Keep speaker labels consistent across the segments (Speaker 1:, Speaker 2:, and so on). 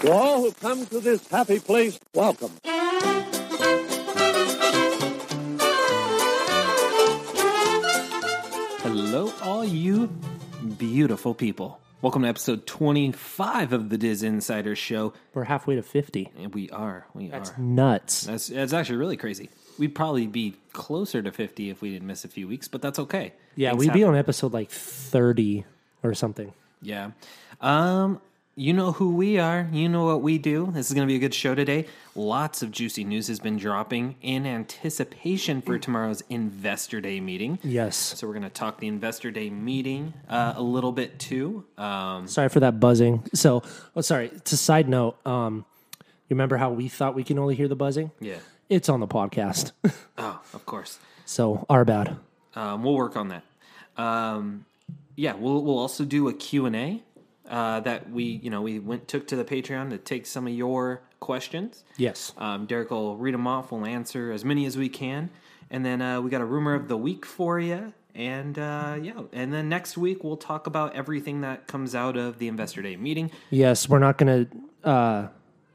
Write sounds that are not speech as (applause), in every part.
Speaker 1: To all who come to this happy place, welcome.
Speaker 2: Hello, all you beautiful people. Welcome to episode 25 of the Diz Insider Show.
Speaker 3: We're halfway to 50.
Speaker 2: And we are. We
Speaker 3: That's
Speaker 2: are.
Speaker 3: nuts.
Speaker 2: That's, that's actually really crazy. We'd probably be closer to 50 if we didn't miss a few weeks, but that's okay.
Speaker 3: Yeah,
Speaker 2: Things
Speaker 3: we'd be
Speaker 2: happen.
Speaker 3: on episode like 30 or something.
Speaker 2: Yeah. Um, you know who we are. You know what we do. This is going to be a good show today. Lots of juicy news has been dropping in anticipation for tomorrow's Investor Day meeting.
Speaker 3: Yes.
Speaker 2: So we're going to talk the Investor Day meeting uh, a little bit too. Um,
Speaker 3: Sorry for that buzzing. So, oh, sorry. To side note, um, you remember how we thought we can only hear the buzzing?
Speaker 2: yeah.
Speaker 3: It's on the podcast. (laughs)
Speaker 2: Oh, of course.
Speaker 3: so, our bad.
Speaker 2: Um, we'll work on that. Um, yeah, we'll we'll also do a Q and A uh, that we you know we went took to the Patreon to take some of your questions.
Speaker 3: Yes.
Speaker 2: Um, Derek will read them off. We'll answer as many as we can, and then uh, we got a rumor of the week for you. And uh, yeah, and then next week we'll talk about everything that comes out of the Investor Day meeting.
Speaker 3: Yes, we're not going to. Uh,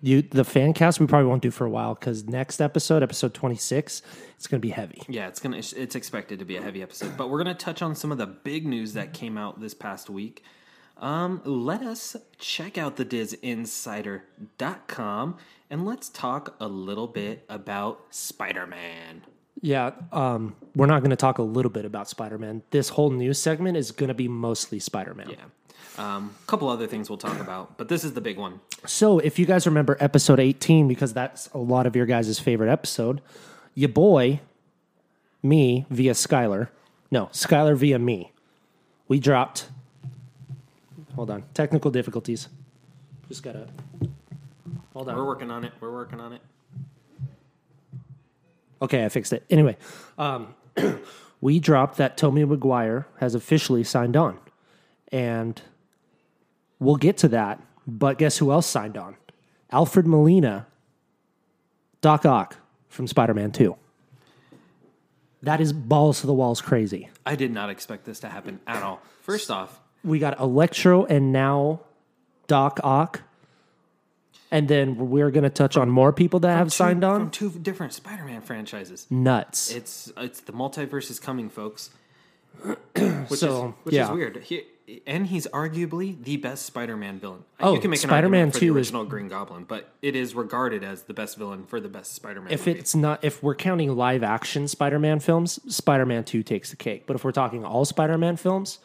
Speaker 3: you, the fan cast we probably won't do for a while because next episode, episode 26, it's going to be heavy.
Speaker 2: Yeah, it's gonna it's- it's expected to be a heavy episode, but we're gonna touch on some of the big news that came out this past week. Um, let us check out the dizinsider.com and let's talk a little bit about Spider-Man.
Speaker 3: Yeah, um, we're not going to talk a little bit about Spider Man. This whole news segment is going to be mostly Spider Man.
Speaker 2: Yeah. Um, a couple other things we'll talk about, but this is the big one.
Speaker 3: So, if you guys remember episode 18, because that's a lot of your guys' favorite episode, your boy, me via Skylar, no, Skylar via me, we dropped. Hold on, technical difficulties. Just gotta. Hold on.
Speaker 2: We're working on it. We're working on it.
Speaker 3: Okay, I fixed it. Anyway, um, (clears throat) we dropped that Tommy McGuire has officially signed on, and we'll get to that. But guess who else signed on? Alfred Molina, Doc Ock from Spider Man Two. That is balls to the walls crazy.
Speaker 2: I did not expect this to happen at all. First off,
Speaker 3: We got Electro and now Doc Ock, and then we're gonna touch on more people that have signed
Speaker 2: two-
Speaker 3: on.
Speaker 2: from two different Spider-Man franchises.
Speaker 3: Nuts.
Speaker 2: It's it's the multiverse is coming, folks. (clears throat) which
Speaker 3: So,
Speaker 2: is, which is
Speaker 3: yeah.
Speaker 2: weird. He, and he's arguably the best Spider-Man villain.
Speaker 3: Oh,
Speaker 2: you can make an
Speaker 3: Spider-Man
Speaker 2: argument for the
Speaker 3: 2 is-
Speaker 2: original Green Goblin, but it is regarded as the best villain for the best Spider-Man.
Speaker 3: if
Speaker 2: movie.
Speaker 3: it's not if we're counting live action Spider-Man films, Spider-Man 2 takes the cake. But if we're talking all Spider-Man films,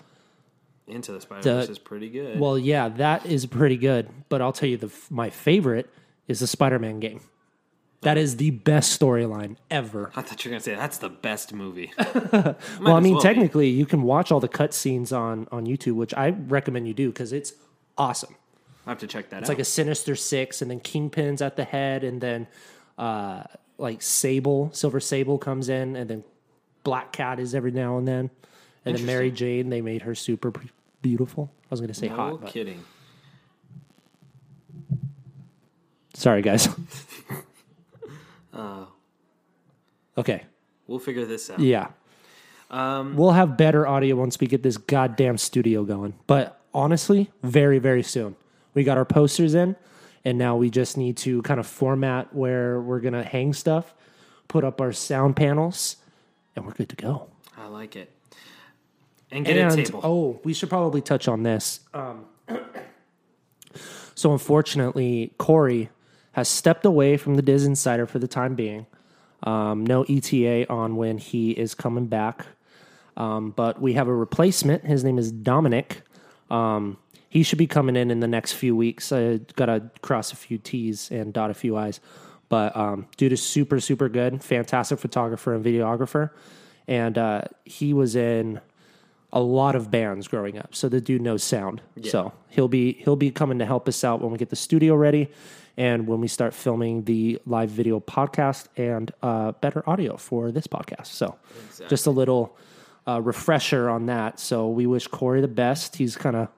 Speaker 2: Into the Spider-Verse
Speaker 3: the-
Speaker 2: is pretty good.
Speaker 3: well yeah, that is pretty good, but I'll tell you the my favorite is the Spider-Man game. That is the best storyline ever.
Speaker 2: I thought you were gonna say that's the best movie.
Speaker 3: (laughs) Well, I
Speaker 2: as
Speaker 3: mean,
Speaker 2: well be.
Speaker 3: technically, you can watch all the cutscenes on on YouTube, which I recommend you do because it's awesome.
Speaker 2: I have to check that
Speaker 3: It's
Speaker 2: out.
Speaker 3: like a Sinister Six, and then Kingpin's at the head, and then uh, like Sable, Silver Sable comes in, and then Black Cat is every now and then, and then Mary Jane. They made her super pre- beautiful. I was gonna say
Speaker 2: no
Speaker 3: hot. But,
Speaker 2: kidding. (laughs)
Speaker 3: sorry, guys.
Speaker 2: Uh.
Speaker 3: okay,
Speaker 2: We'll figure this out.
Speaker 3: yeah. we'll have better audio once we get this goddamn studio going. But honestly, very very soon. We got our posters in, and now we just need to kind of format where we're gonna hang stuff, put up our sound panels, and we're good to go.
Speaker 2: I like it. And get
Speaker 3: and
Speaker 2: a table.
Speaker 3: oh, we should probably touch on this. Um, (clears throat) so unfortunately, Corey has stepped away from the Diz Insider for the time being. Um, no ETA on when he is coming back, um, but we have a replacement. His name is Dominic. Um, he should be coming in in the next few weeks. I got to cross a few T's and dot a few I's. But um, dude is super, super good, fantastic photographer and videographer. And uh, he was in a lot of bands growing up, so the dude knows sound. So he'll be he'll be coming to help us out when we get the studio ready, and when we start filming the live video podcast and uh, better audio for this podcast. So just a little uh, refresher on that. So we wish Corey the best. He's kind of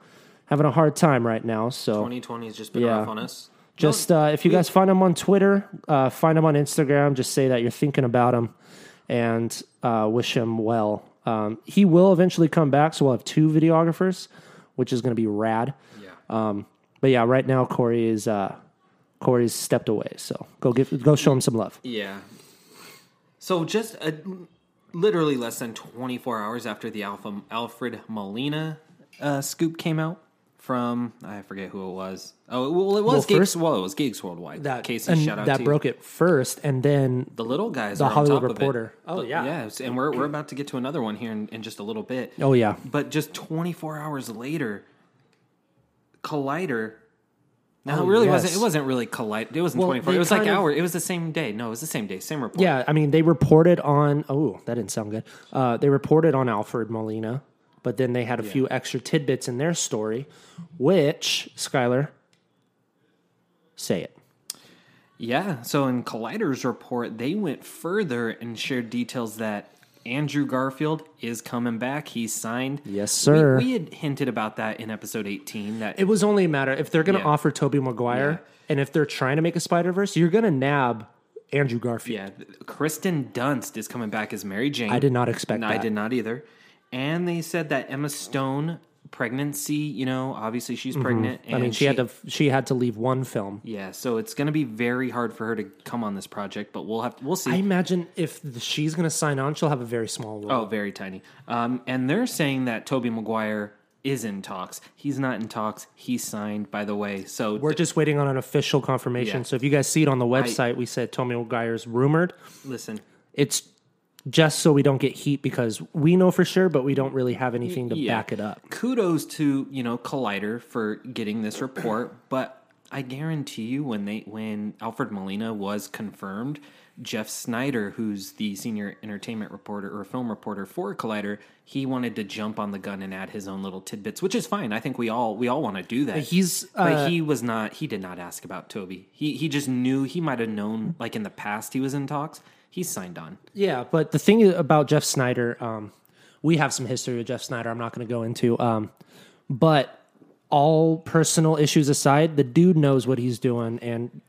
Speaker 3: having a hard time right now. So
Speaker 2: 2020 has just been
Speaker 3: Yeah.
Speaker 2: rough on us.
Speaker 3: just uh, if you guys find him on Twitter, uh, find him on Instagram. Just say that you're thinking about him and uh, wish him well. Um, he will eventually come back, so we'll have two videographers, which is going to be rad.
Speaker 2: Yeah.
Speaker 3: Um, but yeah, right now Corey is uh, Corey's stepped away, so go give go show him some love.
Speaker 2: Yeah. So just uh literally less than 24 hours after the Alpha, Alfred Molina uh, scoop came out from I forget who it was. Oh, well, it was
Speaker 3: Well,
Speaker 2: Gigs.
Speaker 3: first-
Speaker 2: well, it was Gigs Worldwide. That Casey,
Speaker 3: and
Speaker 2: shout out
Speaker 3: that
Speaker 2: to you.
Speaker 3: broke it first, and then
Speaker 2: The little guys,
Speaker 3: The
Speaker 2: are on
Speaker 3: Hollywood
Speaker 2: top of it.
Speaker 3: Reporter. Oh, yeah.
Speaker 2: yes, and we're we're about to get to another one here in, in just a little bit.
Speaker 3: oh yeah,
Speaker 2: But just 24 hours later, Collider. No, it really wasn't.
Speaker 3: Oh,
Speaker 2: It
Speaker 3: yes.
Speaker 2: wasn't really Collider. It wasn't
Speaker 3: Well,
Speaker 2: 24. It
Speaker 3: they
Speaker 2: was like
Speaker 3: kind of-
Speaker 2: hour. It was the same day. No, it was the same day. Same report.
Speaker 3: yeah. I mean, they reported on oh that didn't sound good. Uh, they reported on Alfred Molina, but then they had a few extra tidbits in their story, which Skylar, say it.
Speaker 2: Yeah. So in Collider's report, they went further and shared details that Andrew Garfield is coming back. He's signed.
Speaker 3: Yes, sir.
Speaker 2: We, we had hinted about that in episode 18. That
Speaker 3: It was only a matter if they're going to
Speaker 2: Yeah.
Speaker 3: offer Toby Maguire, and if they're trying to make a Spider Verse, you're going to nab Andrew Garfield.
Speaker 2: yeah, Kristen Dunst is coming back as Mary Jane.
Speaker 3: I did not expect
Speaker 2: No,
Speaker 3: that.
Speaker 2: I did not either. And they said that Emma Stone pregnancy. You know, obviously she's pregnant. And
Speaker 3: Mm-hmm. I mean, she, had to she had to leave one film.
Speaker 2: Yeah. So it's going to be very hard for her to come on this project, but we'll have we'll see.
Speaker 3: I imagine if th- she's going to sign on, she'll have a very small role.
Speaker 2: Oh, very tiny. Um, and they're saying that Toby Maguire is in talks. He's not in talks. He's signed, by the way. So
Speaker 3: We're just waiting on an official confirmation.
Speaker 2: Yeah.
Speaker 3: So if you guys see it on the website, we said Tommy Maguire's rumored.
Speaker 2: listen.
Speaker 3: It's just so we don't get heat because we know for sure, but we don't really have anything to
Speaker 2: Yeah.
Speaker 3: back it up.
Speaker 2: Kudos to you know Collider for getting this
Speaker 3: (clears throat)
Speaker 2: report, but I guarantee you when they when Alfred Molina was confirmed, Jeff Snyder, who's the senior entertainment reporter or film reporter for Collider, he wanted to jump on the gun and add his own little tidbits, which is fine. I think we all we all want to do that.
Speaker 3: He's
Speaker 2: But
Speaker 3: uh,
Speaker 2: he was not. He did not ask about Toby. He he just knew. He might have known. Like in the past, he was in talks. He signed on.
Speaker 3: Yeah, but the thing about Jeff Snyder, um, we have some history with Jeff Snyder. I'm not going to go into, um, but all personal issues aside, the dude knows what he's doing, and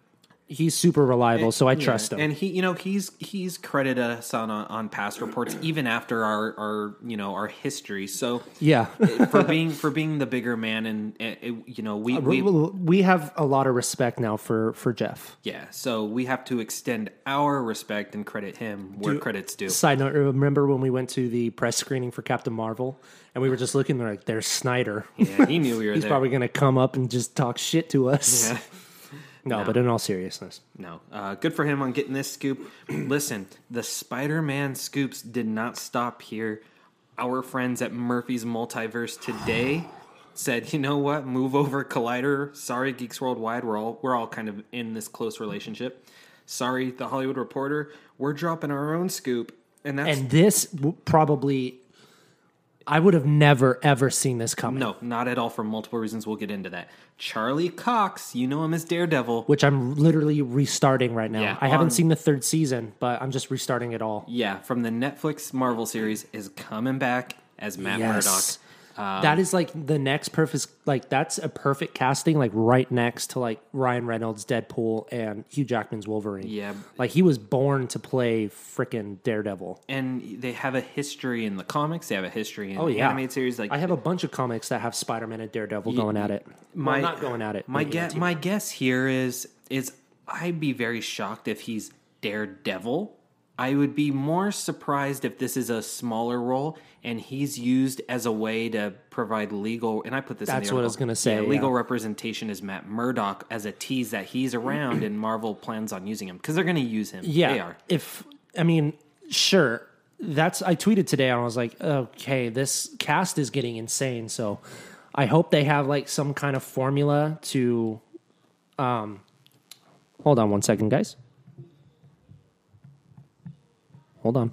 Speaker 3: he's super reliable. So I trust him.
Speaker 2: And he, you know, he's he's credited us on on past reports, even after our our you know our history. So
Speaker 3: yeah, (laughs)
Speaker 2: for being for being the bigger man, and eh, eh, you know (laughs) we
Speaker 3: we,
Speaker 2: we
Speaker 3: (laughs) we have a lot of respect now for for Jeff.
Speaker 2: yeah. So we have to extend our respect and credit him where credits
Speaker 3: (laughs)
Speaker 2: due.
Speaker 3: Side note: Remember when we went to the press screening for Captain Marvel, and we were just looking there like, "There's Snyder. (laughs)
Speaker 2: Yeah, he knew we were
Speaker 3: he's
Speaker 2: there.
Speaker 3: probably going to come up and just talk shit to us."
Speaker 2: Yeah.
Speaker 3: (laughs) no, but in all seriousness,
Speaker 2: No. Uh, good for him on getting this scoop. (clears throat) Listen, the Spider Man scoops did not stop here. Our friends at Murphy's Multiverse
Speaker 3: (sighs)
Speaker 2: today said, you know what? Move over Collider. Sorry, Geeks Worldwide. We're all we're all kind of in this close relationship. Sorry, the Hollywood Reporter. We're dropping our own scoop. And that's
Speaker 3: And this w- probably, I would have never ever seen this coming.
Speaker 2: no, not at all for multiple reasons. We'll get into that. Charlie Cox, you know him as Daredevil.
Speaker 3: Which I'm literally restarting right now.
Speaker 2: Yeah,
Speaker 3: I haven't
Speaker 2: on-
Speaker 3: seen the third season, but I'm just restarting it all.
Speaker 2: Yeah, from the Netflix Marvel series is coming back as Matt Murdock.
Speaker 3: Yes.
Speaker 2: Um,
Speaker 3: that is like the next perfect, like that's a perfect casting, like right next to like Ryan Reynolds, Deadpool, and Hugh Jackman's Wolverine.
Speaker 2: Yeah.
Speaker 3: Like he was born to play freaking Daredevil.
Speaker 2: and they have a history in the comics. They have a history in
Speaker 3: Oh, yeah.
Speaker 2: animated series. Like
Speaker 3: I have a bunch of comics that have Spider Man and Daredevil going at it.
Speaker 2: my
Speaker 3: well, not going at it.
Speaker 2: My
Speaker 3: but, you know,
Speaker 2: guess, my guess here is is I'd be very shocked if he's Daredevil. I would be more surprised if this is a smaller role and he's used as a way to provide legal. And I put this.
Speaker 3: That's
Speaker 2: in the
Speaker 3: what I
Speaker 2: article.
Speaker 3: was gonna say,
Speaker 2: Yeah,
Speaker 3: yeah.
Speaker 2: legal representation is Matt Murdock as a tease that he's around and Marvel plans on using him because they're going to use him.
Speaker 3: Yeah.
Speaker 2: they are.
Speaker 3: If I mean, sure. That's I tweeted today and I was like, okay, this cast is getting insane. So I hope they have like some kind of formula to um hold on one second, guys. Hold on.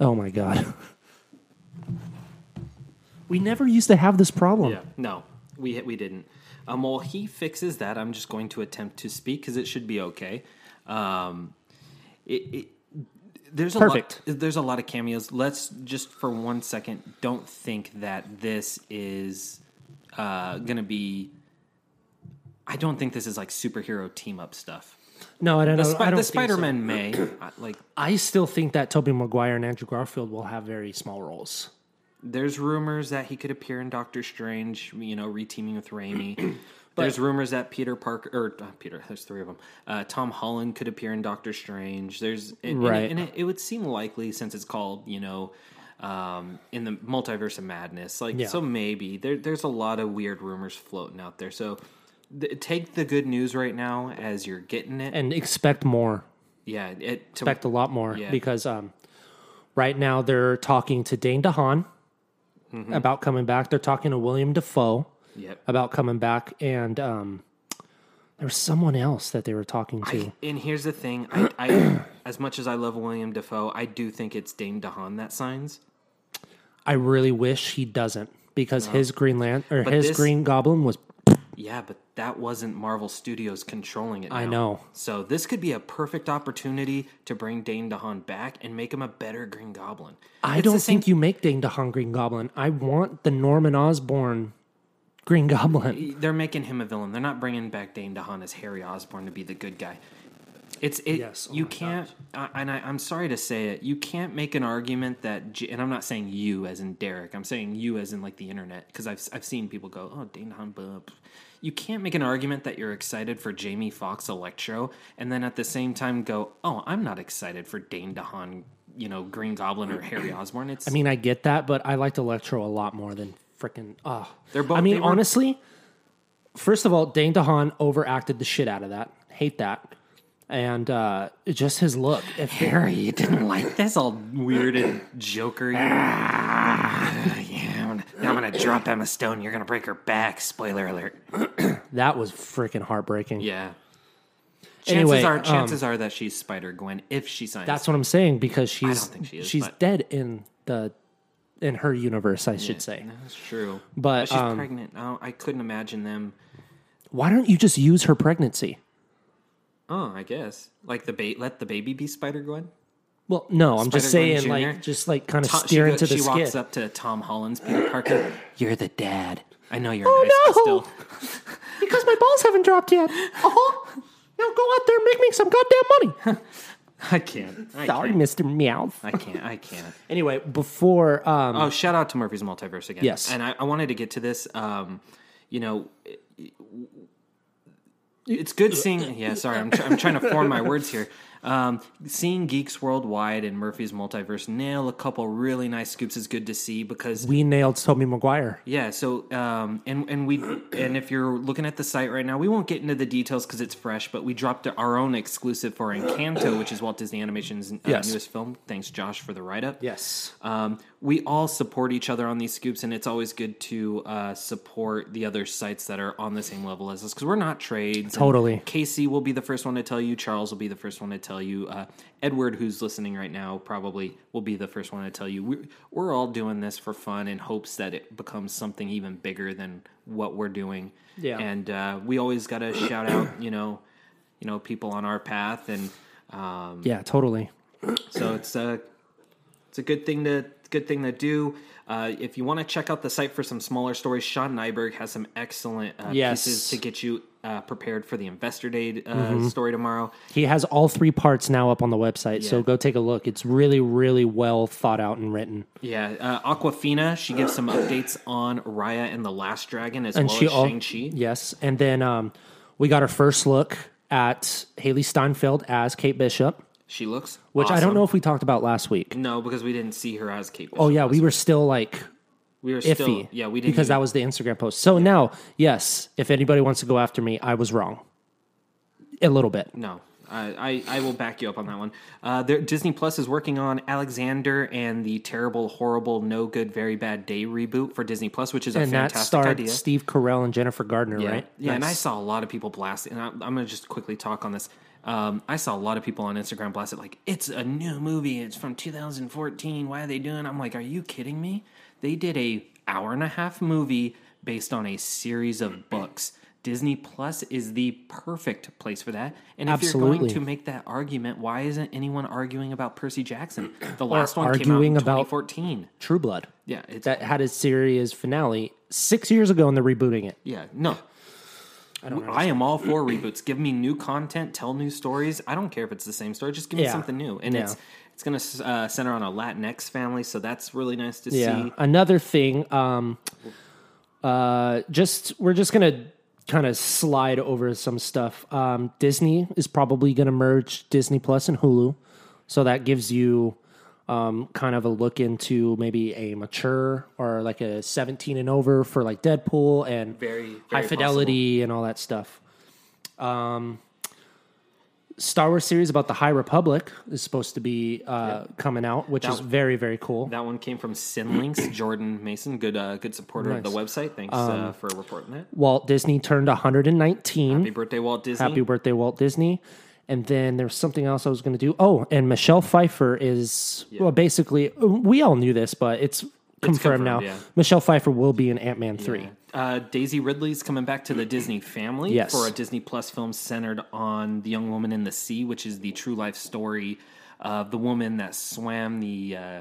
Speaker 3: Oh my god. We never used to have this problem.
Speaker 2: Yeah. No, we we didn't. Um, while he fixes that, I'm just going to attempt to speak because it should be okay. Um, it, it, there's a
Speaker 3: Perfect.
Speaker 2: lot. There's a lot of cameos. Let's just for one second don't think that this is uh, going to be. I don't think this is like superhero team up stuff.
Speaker 3: No, I don't
Speaker 2: The,
Speaker 3: know.
Speaker 2: Spi-
Speaker 3: I don't
Speaker 2: the
Speaker 3: think so.
Speaker 2: Spider-Man may I- like.
Speaker 3: I still think that Tobey Maguire and Andrew Garfield will have very small roles.
Speaker 2: There's rumors that he could appear in Doctor Strange, you know, reteaming with
Speaker 3: (clears throat)
Speaker 2: Raimi. there's rumors that Peter Parker or not Peter, there's three of them. Uh, Tom Holland could appear in Doctor Strange. There's and- and,
Speaker 3: Right.
Speaker 2: it, and it, it would seem likely since it's called, you know, um, in the multiverse of madness. Like
Speaker 3: Yeah.
Speaker 2: so, maybe there, there's a lot of weird rumors floating out there. So th- take the good news right now as you're getting it.
Speaker 3: And expect more.
Speaker 2: yeah, it to,
Speaker 3: Expect a lot more
Speaker 2: Yeah.
Speaker 3: because um, right now they're talking to Dane DeHaan about coming back. They're talking to William Defoe
Speaker 2: yep.
Speaker 3: about coming back, and um, there was someone else that they were talking to.
Speaker 2: And here's the thing: I,
Speaker 3: (clears throat)
Speaker 2: I, as much as I love William Defoe, I do think it's Dane DeHaan that signs.
Speaker 3: I, really wish he doesn't because his Green Lantern or
Speaker 2: But
Speaker 3: his
Speaker 2: this-
Speaker 3: Green Goblin was
Speaker 2: Yeah, but that wasn't Marvel Studios controlling it.
Speaker 3: I
Speaker 2: now.
Speaker 3: know.
Speaker 2: So this could be a perfect opportunity to bring Dane DeHaan back and make him a better Green Goblin.
Speaker 3: I
Speaker 2: It's the
Speaker 3: don't
Speaker 2: same-
Speaker 3: think you make Dane DeHaan Green Goblin. I want the Norman Osborn Green Goblin.
Speaker 2: they're making him a villain. They're not bringing back Dane DeHaan as Harry Osborn to be the good guy. It's it.
Speaker 3: Yes, oh
Speaker 2: you
Speaker 3: my
Speaker 2: can't. I, and I, I'm sorry to say it. You can't make an argument that. J- And I'm not saying you as in Derek. I'm saying you as in like the internet because I've I've seen people go, oh Dane DeHaan. Blah. blah." You can't make an argument that you're excited for Jamie Fox Electro and then at the same time go, oh I'm not excited for Dane DeHaan. You know, Green Goblin or Harry Osborn. It's
Speaker 3: I mean, I get that, but I liked Electro a lot more than freaking. Oh.
Speaker 2: They're both-
Speaker 3: I mean,
Speaker 2: they were-
Speaker 3: honestly, first of all, Dane DeHaan overacted the shit out of that. Hate that. And uh, just his look. If they-
Speaker 2: Harry, you didn't (laughs) like this all weird and jokery. Ah, yeah, I'm gonna, now I'm gonna drop Emma Stone. You're gonna break her back. Spoiler alert.
Speaker 3: that was freaking heartbreaking.
Speaker 2: Yeah. Chances
Speaker 3: Anyway,
Speaker 2: are,
Speaker 3: um,
Speaker 2: chances are that she's Spider Gwen if she signs.
Speaker 3: That's what I'm saying because she's
Speaker 2: think she is,
Speaker 3: she's
Speaker 2: but-
Speaker 3: dead in the in her universe, I should say.
Speaker 2: that's true.
Speaker 3: But,
Speaker 2: she's
Speaker 3: um,
Speaker 2: pregnant. Oh, I couldn't imagine them.
Speaker 3: Why don't you just use her pregnancy?
Speaker 2: Oh, I guess like the ba- let the baby be Spider Gwen.
Speaker 3: Well, no, I'm just
Speaker 2: Spider-Gwen
Speaker 3: saying,
Speaker 2: Jr.?
Speaker 3: like, just like kind of
Speaker 2: Ta-
Speaker 3: steer
Speaker 2: go-
Speaker 3: into the
Speaker 2: she
Speaker 3: skid.
Speaker 2: walks up to Tom Holland's Peter
Speaker 3: (gasps)
Speaker 2: Parker. You're the dad. I know you're in high
Speaker 3: Oh,
Speaker 2: school
Speaker 3: no!
Speaker 2: still.
Speaker 3: (laughs) because my balls haven't dropped yet. Uh-huh. Now go out there and make me
Speaker 2: (laughs)
Speaker 3: some goddamn money.
Speaker 2: I can't. I
Speaker 3: Sorry,
Speaker 2: can't.
Speaker 3: Mister Meow.
Speaker 2: I can't. I can't.
Speaker 3: Anyway, before um,
Speaker 2: Oh, shout out to Murphy's Multiverse again.
Speaker 3: Yes.
Speaker 2: and I, I wanted to get to this. Um, you know, it- it's good seeing. Yeah, sorry, I'm, try I'm trying to form my words here. Um, seeing geeks worldwide and Murphy's Multiverse nail a couple really nice scoops is good to see because
Speaker 3: we nailed Tobey Maguire.
Speaker 2: yeah, so um, and and we and if you're looking at the site right now, we won't get into the details because it's fresh, but we dropped our own exclusive for Encanto, which is Walt Disney Animation's uh,
Speaker 3: Yes.
Speaker 2: newest film. Thanks, Josh, for the write up.
Speaker 3: Yes.
Speaker 2: Um, we all support each other on these scoops, and it's always good to uh, support the other sites that are on the same level as us because we're not trades. and
Speaker 3: Totally.
Speaker 2: Casey will be the first one to tell you. Charles will be the first one to tell you. Uh, Edward, who's listening right now, probably will be the first one to tell you. We're, we're all doing this for fun in hopes that it becomes something even bigger than what we're doing.
Speaker 3: Yeah.
Speaker 2: And uh, we always got to shout out, you know, you know, people on our path and. Um,
Speaker 3: Yeah, totally.
Speaker 2: so it's a it's a good thing to good thing to do. Uh, if you want to check out the site for some smaller stories, Sean Nyberg has some excellent uh,
Speaker 3: Yes.
Speaker 2: pieces to get you uh, prepared for the Investor Day uh,
Speaker 3: Mm-hmm.
Speaker 2: story tomorrow.
Speaker 3: He has all three parts now up on the website, so
Speaker 2: Yeah.
Speaker 3: go take a look. It's really, really well thought out and written.
Speaker 2: Yeah, uh, Aquafina she gives some updates on Raya and the Last Dragon as
Speaker 3: and
Speaker 2: well
Speaker 3: she
Speaker 2: as
Speaker 3: al-
Speaker 2: Shang Chi.
Speaker 3: Yes, and then um, we got our first look at Haley Steinfeld as Kate Bishop,
Speaker 2: She looks
Speaker 3: which I don't
Speaker 2: awesome.
Speaker 3: know if we talked about last week.
Speaker 2: No, because we didn't see her as Kate.
Speaker 3: Oh
Speaker 2: Bishop.
Speaker 3: yeah, we were still like
Speaker 2: we were
Speaker 3: iffy.
Speaker 2: still yeah we didn't
Speaker 3: because
Speaker 2: even-
Speaker 3: that was the Instagram post. So now, yes, if anybody wants to go after me, I was wrong a little bit.
Speaker 2: No, I, I, I will back you up on that one. Uh, there, Disney Plus is working on Alexander and the terrible, horrible, no good, very bad day reboot for Disney Plus, which is a
Speaker 3: And that
Speaker 2: fantastic
Speaker 3: starred
Speaker 2: idea.
Speaker 3: Steve Carell and Jennifer Gardner,
Speaker 2: Yeah,
Speaker 3: right?
Speaker 2: yeah. And I
Speaker 3: Nice.
Speaker 2: saw a lot of people blast, and I, I'm going to just quickly talk on this. Um, I saw a lot of people on Instagram blast it like it's a new movie. It's from 2014. Why are they doing? I'm like, are you kidding me? They did a hour and a half movie based on a series
Speaker 3: (clears throat)
Speaker 2: of books. Disney Plus is the perfect place for that. And if you're
Speaker 3: Absolutely.
Speaker 2: going to make that argument, why isn't anyone arguing about Percy Jackson? The last one
Speaker 3: arguing
Speaker 2: came out in
Speaker 3: about-
Speaker 2: 2014.
Speaker 3: True Blood.
Speaker 2: Yeah, it's
Speaker 3: That had a series finale six years ago, and they're rebooting it.
Speaker 2: yeah, no. I, am all for reboots. Give me new content, tell new stories. I don't care if it's the same story. Just give me
Speaker 3: Yeah.
Speaker 2: something new. And
Speaker 3: Yeah.
Speaker 2: it's it's going to uh, center on a Latinx family, so that's really nice to
Speaker 3: Yeah.
Speaker 2: see.
Speaker 3: Another thing, um, uh, just we're just gonna kind of slide over some stuff. Um, Disney is probably gonna merge Disney Plus and Hulu, so that gives you um, kind of a look into maybe a mature or like a seventeen and over for like Deadpool and
Speaker 2: Very,
Speaker 3: high
Speaker 2: very
Speaker 3: fidelity and all that stuff. Um, Star Wars series about the High Republic is supposed to be uh, coming out, which is very very cool.
Speaker 2: That one came from Sinlinks, Jordan Mason, good uh, good supporter of the website. Thanks
Speaker 3: Um,
Speaker 2: uh, for reporting it.
Speaker 3: Walt Disney turned 119.
Speaker 2: Happy
Speaker 3: Happy,
Speaker 2: birthday, Walt Disney.
Speaker 3: birthday, Walt Disney. And then there's something else I was going to do. Oh, and Michelle Pfeiffer is, well, basically, we all knew this, but it's confirmed,
Speaker 2: confirmed,
Speaker 3: now.
Speaker 2: yeah.
Speaker 3: Michelle Pfeiffer will be in Ant Man 3.
Speaker 2: Uh, Daisy Ridley's coming back to the Disney family
Speaker 3: Yes.
Speaker 2: for a Disney Plus film centered on The Young Woman in the Sea, which is the true life story of the woman that swam the uh,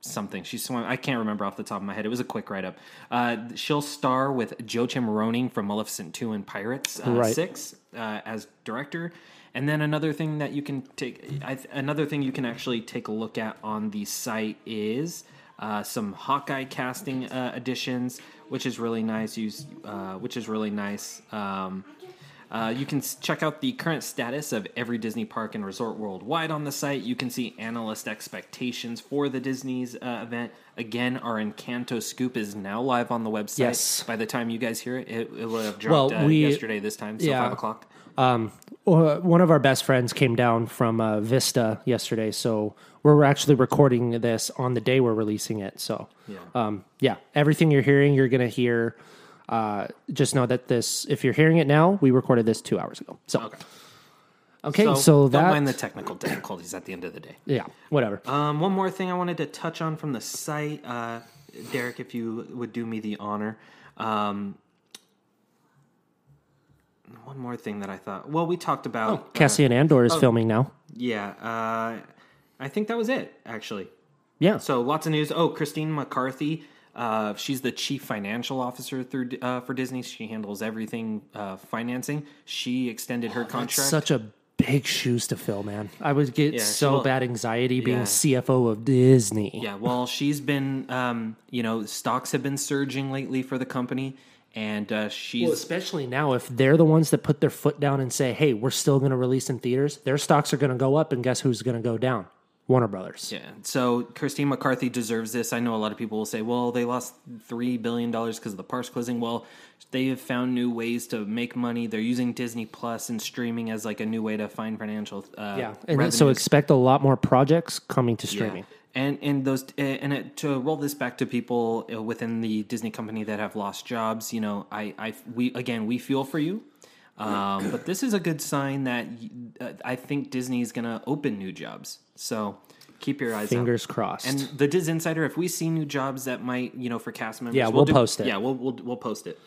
Speaker 2: something. She swam, I can't remember off the top of my head. It was a quick write up. Uh, she'll star with Joachim Roning from Maleficent 2 and Pirates uh,
Speaker 3: Right.
Speaker 2: 6 uh, as director. And then another thing that you can take, I, th- another thing you can actually take a look at on the site is uh, some Hawkeye casting uh, additions, which is really nice. Use, uh, which is really nice. Um, uh, you can s- check out the current status of every Disney park and resort worldwide on the site. You can see analyst expectations for the Disney's uh, event. Again, our Encanto scoop is now live on the website.
Speaker 3: Yes.
Speaker 2: By the time you guys hear it, it, it will have dropped
Speaker 3: Well,
Speaker 2: uh,
Speaker 3: we-
Speaker 2: yesterday this time, so
Speaker 3: yeah.
Speaker 2: five o'clock.
Speaker 3: Uh, One of our best friends came down from uh, Vista yesterday. So we're actually recording this on the day we're releasing it. So, yeah, um, yeah everything you're hearing, you're going to hear. Uh, just know that this, if you're hearing it now, we recorded this two hours ago. So, okay. so, that
Speaker 2: don't mind the technical difficulties at the end of the day.
Speaker 3: Yeah, whatever.
Speaker 2: Um, one more thing I wanted to touch on from the site, uh, Derek, if you would do me the honor. Um, one more thing that I thought. Well, we talked
Speaker 3: Oh,
Speaker 2: about uh,
Speaker 3: Cassian Andor is filming now.
Speaker 2: yeah, uh, I think that was it actually.
Speaker 3: Yeah.
Speaker 2: So lots of news. Oh, Christine McCarthy. Uh, she's the chief financial officer through uh, for Disney. She handles everything uh, financing. She extended her contract.
Speaker 3: Oh, such a big shoes to fill, man. I would get so
Speaker 2: well-
Speaker 3: bad anxiety being
Speaker 2: Yeah.
Speaker 3: CFO of Disney.
Speaker 2: Yeah, well, she's been, um, you know, stocks have been surging lately for the company, and uh, she's
Speaker 3: Well, especially now if they're the ones that put their foot down and say, "Hey, we're still going to release in theaters." Their stocks are going to go up, and guess who's going to go down? Warner Brothers.
Speaker 2: yeah. So Christine McCarthy deserves this. I know a lot of people will say, "Well, they lost three billion dollars because of the parks closing." Well, they have found new ways to make money. They're using Disney Plus and streaming as like a new way to find financial. Uh,
Speaker 3: Yeah, and so
Speaker 2: revenues.
Speaker 3: expect a lot more projects coming to streaming.
Speaker 2: Yeah. And and those eh, and it, to roll this back to people uh, within the Disney company that have lost jobs, you know, I I we again we feel for you. Um, but this is a good sign that y- uh, I think Disney is going to open new jobs. So keep your eyes out.
Speaker 3: Fingers crossed.
Speaker 2: And the Diz Insider, if we see new jobs that might, you know, for cast members,
Speaker 3: Yeah, we'll post it.
Speaker 2: Yeah, we'll we'll, we'll post it.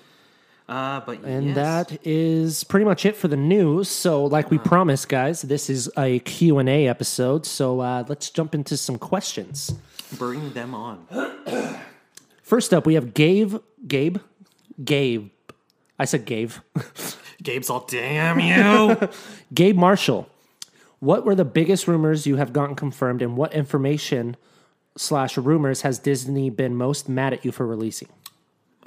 Speaker 2: Uh, but
Speaker 3: And
Speaker 2: yes.
Speaker 3: that is pretty much it for the news. So, like
Speaker 2: Uh-huh.
Speaker 3: we promised, guys, this is a Q&A episode. So, uh, let's jump into some questions.
Speaker 2: bring them on.
Speaker 3: First up, we have Gabe. Gabe? Gabe. I said Gabe.
Speaker 2: (gasps)
Speaker 3: (laughs)
Speaker 2: Gabe's all, damn (laughs) you.
Speaker 3: Gabe Marshall. What were the biggest rumors you have gotten confirmed, and what information slash rumors has Disney been most mad at you for releasing?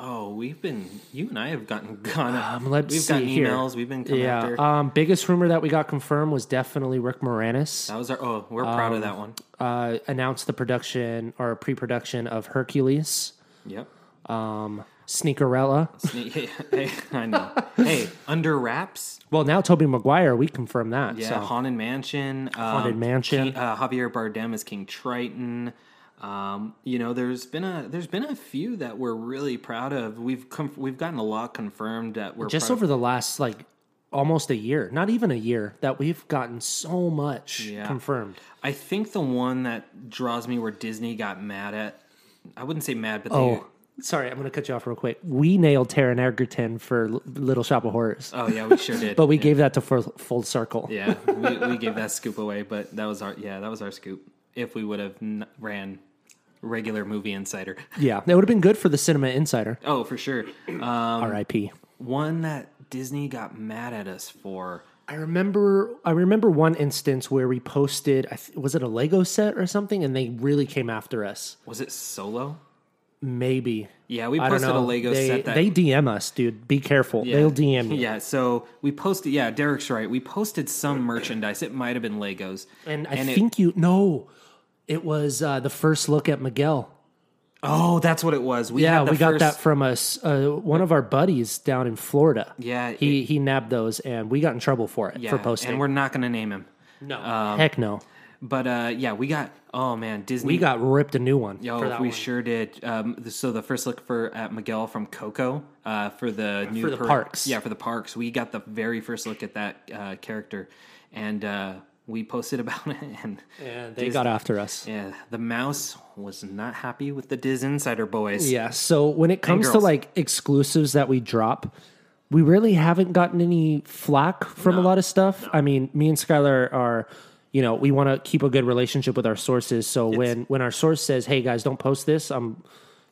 Speaker 2: oh, we've been you and I have gotten (laughs) gone. up.
Speaker 3: Um, let's
Speaker 2: we've
Speaker 3: see
Speaker 2: gotten
Speaker 3: here.
Speaker 2: emails. We've been coming
Speaker 3: Yeah.
Speaker 2: after.
Speaker 3: Um, biggest rumor that we got confirmed was definitely Rick Moranis.
Speaker 2: That was our. Oh, we're proud of that one.
Speaker 3: uh, announced the production or pre-production of Hercules,
Speaker 2: Yep.
Speaker 3: Sneakerella.
Speaker 2: Sne- (laughs) hey, I
Speaker 3: (laughs)
Speaker 2: know. Hey, under wraps.
Speaker 3: Well, now Toby Maguire, we confirm that.
Speaker 2: Yeah.
Speaker 3: so.
Speaker 2: Haunted Mansion. Um,
Speaker 3: Haunted Mansion.
Speaker 2: King- uh, Javier Bardem is King Triton. Um, you know, there's been a there's been a few that we're really proud of. We've com- we've gotten a lot confirmed that we're
Speaker 3: just
Speaker 2: proud
Speaker 3: over the last like almost a year, not even a year, that we've gotten so much
Speaker 2: Yeah.
Speaker 3: confirmed.
Speaker 2: I think the one that draws me where Disney got mad at. I wouldn't say mad, but they,
Speaker 3: Oh, sorry, I'm going to cut you off real quick. We nailed Taryn Egerton for L- Little Shop of Horrors,
Speaker 2: oh yeah, we
Speaker 3: (laughs)
Speaker 2: sure did.
Speaker 3: but we
Speaker 2: Yeah.
Speaker 3: gave that to full, full circle.
Speaker 2: Yeah, we, we gave that scoop away, but that was our yeah, that was our scoop. If we would have n- ran regular movie insider, (laughs)
Speaker 3: Yeah, that would have been good for the Cinema Insider.
Speaker 2: oh for sure. Um,
Speaker 3: R.I.P.
Speaker 2: one that Disney got mad at us for.
Speaker 3: I remember I remember one instance where we posted I th- was it a Lego set or something and they really came after us.
Speaker 2: Was it Solo?
Speaker 3: Maybe.
Speaker 2: Yeah, we
Speaker 3: I don't
Speaker 2: posted a
Speaker 3: know.
Speaker 2: Lego
Speaker 3: they,
Speaker 2: set that
Speaker 3: They DM us, dude. Be careful. They'll DM you.
Speaker 2: Yeah, so we posted. Yeah, Derek's right. We posted some merchandise. It might have been Legos.
Speaker 3: And I
Speaker 2: it-
Speaker 3: think you no, it was uh, the first look at Miguel.
Speaker 2: oh, that's what it was. We
Speaker 3: Yeah,
Speaker 2: had the
Speaker 3: we got
Speaker 2: first-
Speaker 3: that from us uh, one of our buddies down in Florida.
Speaker 2: Yeah,
Speaker 3: he he nabbed those, and we got in trouble for it
Speaker 2: yeah,
Speaker 3: for posting.
Speaker 2: and we're um, not going to name him.
Speaker 3: no, heck no,
Speaker 2: But uh, yeah, we got. Oh man, Disney.
Speaker 3: we got ripped a new one.
Speaker 2: Oh,
Speaker 3: for that
Speaker 2: we
Speaker 3: one.
Speaker 2: sure did. Um, th- so the first look for at Miguel from Coco uh, for the new
Speaker 3: the parks.
Speaker 2: Yeah, for the parks. We got the very first look at that uh, character, and uh, we posted (laughs) about it. And
Speaker 3: and they got after us.
Speaker 2: yeah, the mouse was not happy with the Diz Insider boys.
Speaker 3: Yeah. So when it comes to
Speaker 2: girls.
Speaker 3: like exclusives that we drop, we really haven't gotten any flack from a lot of stuff. I mean, me and Skylar are, you know, we want to keep a good relationship with our sources. So when when our source says, "Hey guys, don't post this," I'm,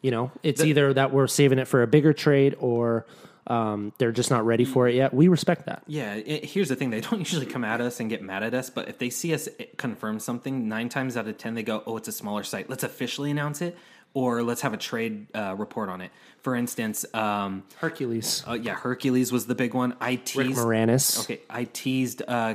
Speaker 3: you know, it's either that we're saving it for a bigger trade or um, they're just not ready for it yet. We respect that.
Speaker 2: Yeah, it, here's the thing: they (laughs) don't usually come at us and get mad at us, but if they see us eh, confirm something, nine times out of ten, they go, "Oh, it's a smaller site. Let's officially announce it, or let's have a trade uh, report on it." For instance, um,
Speaker 3: Hercules,
Speaker 2: uh, yeah, Hercules was the big one. I teased,
Speaker 3: Moranis.
Speaker 2: okay, I teased uh,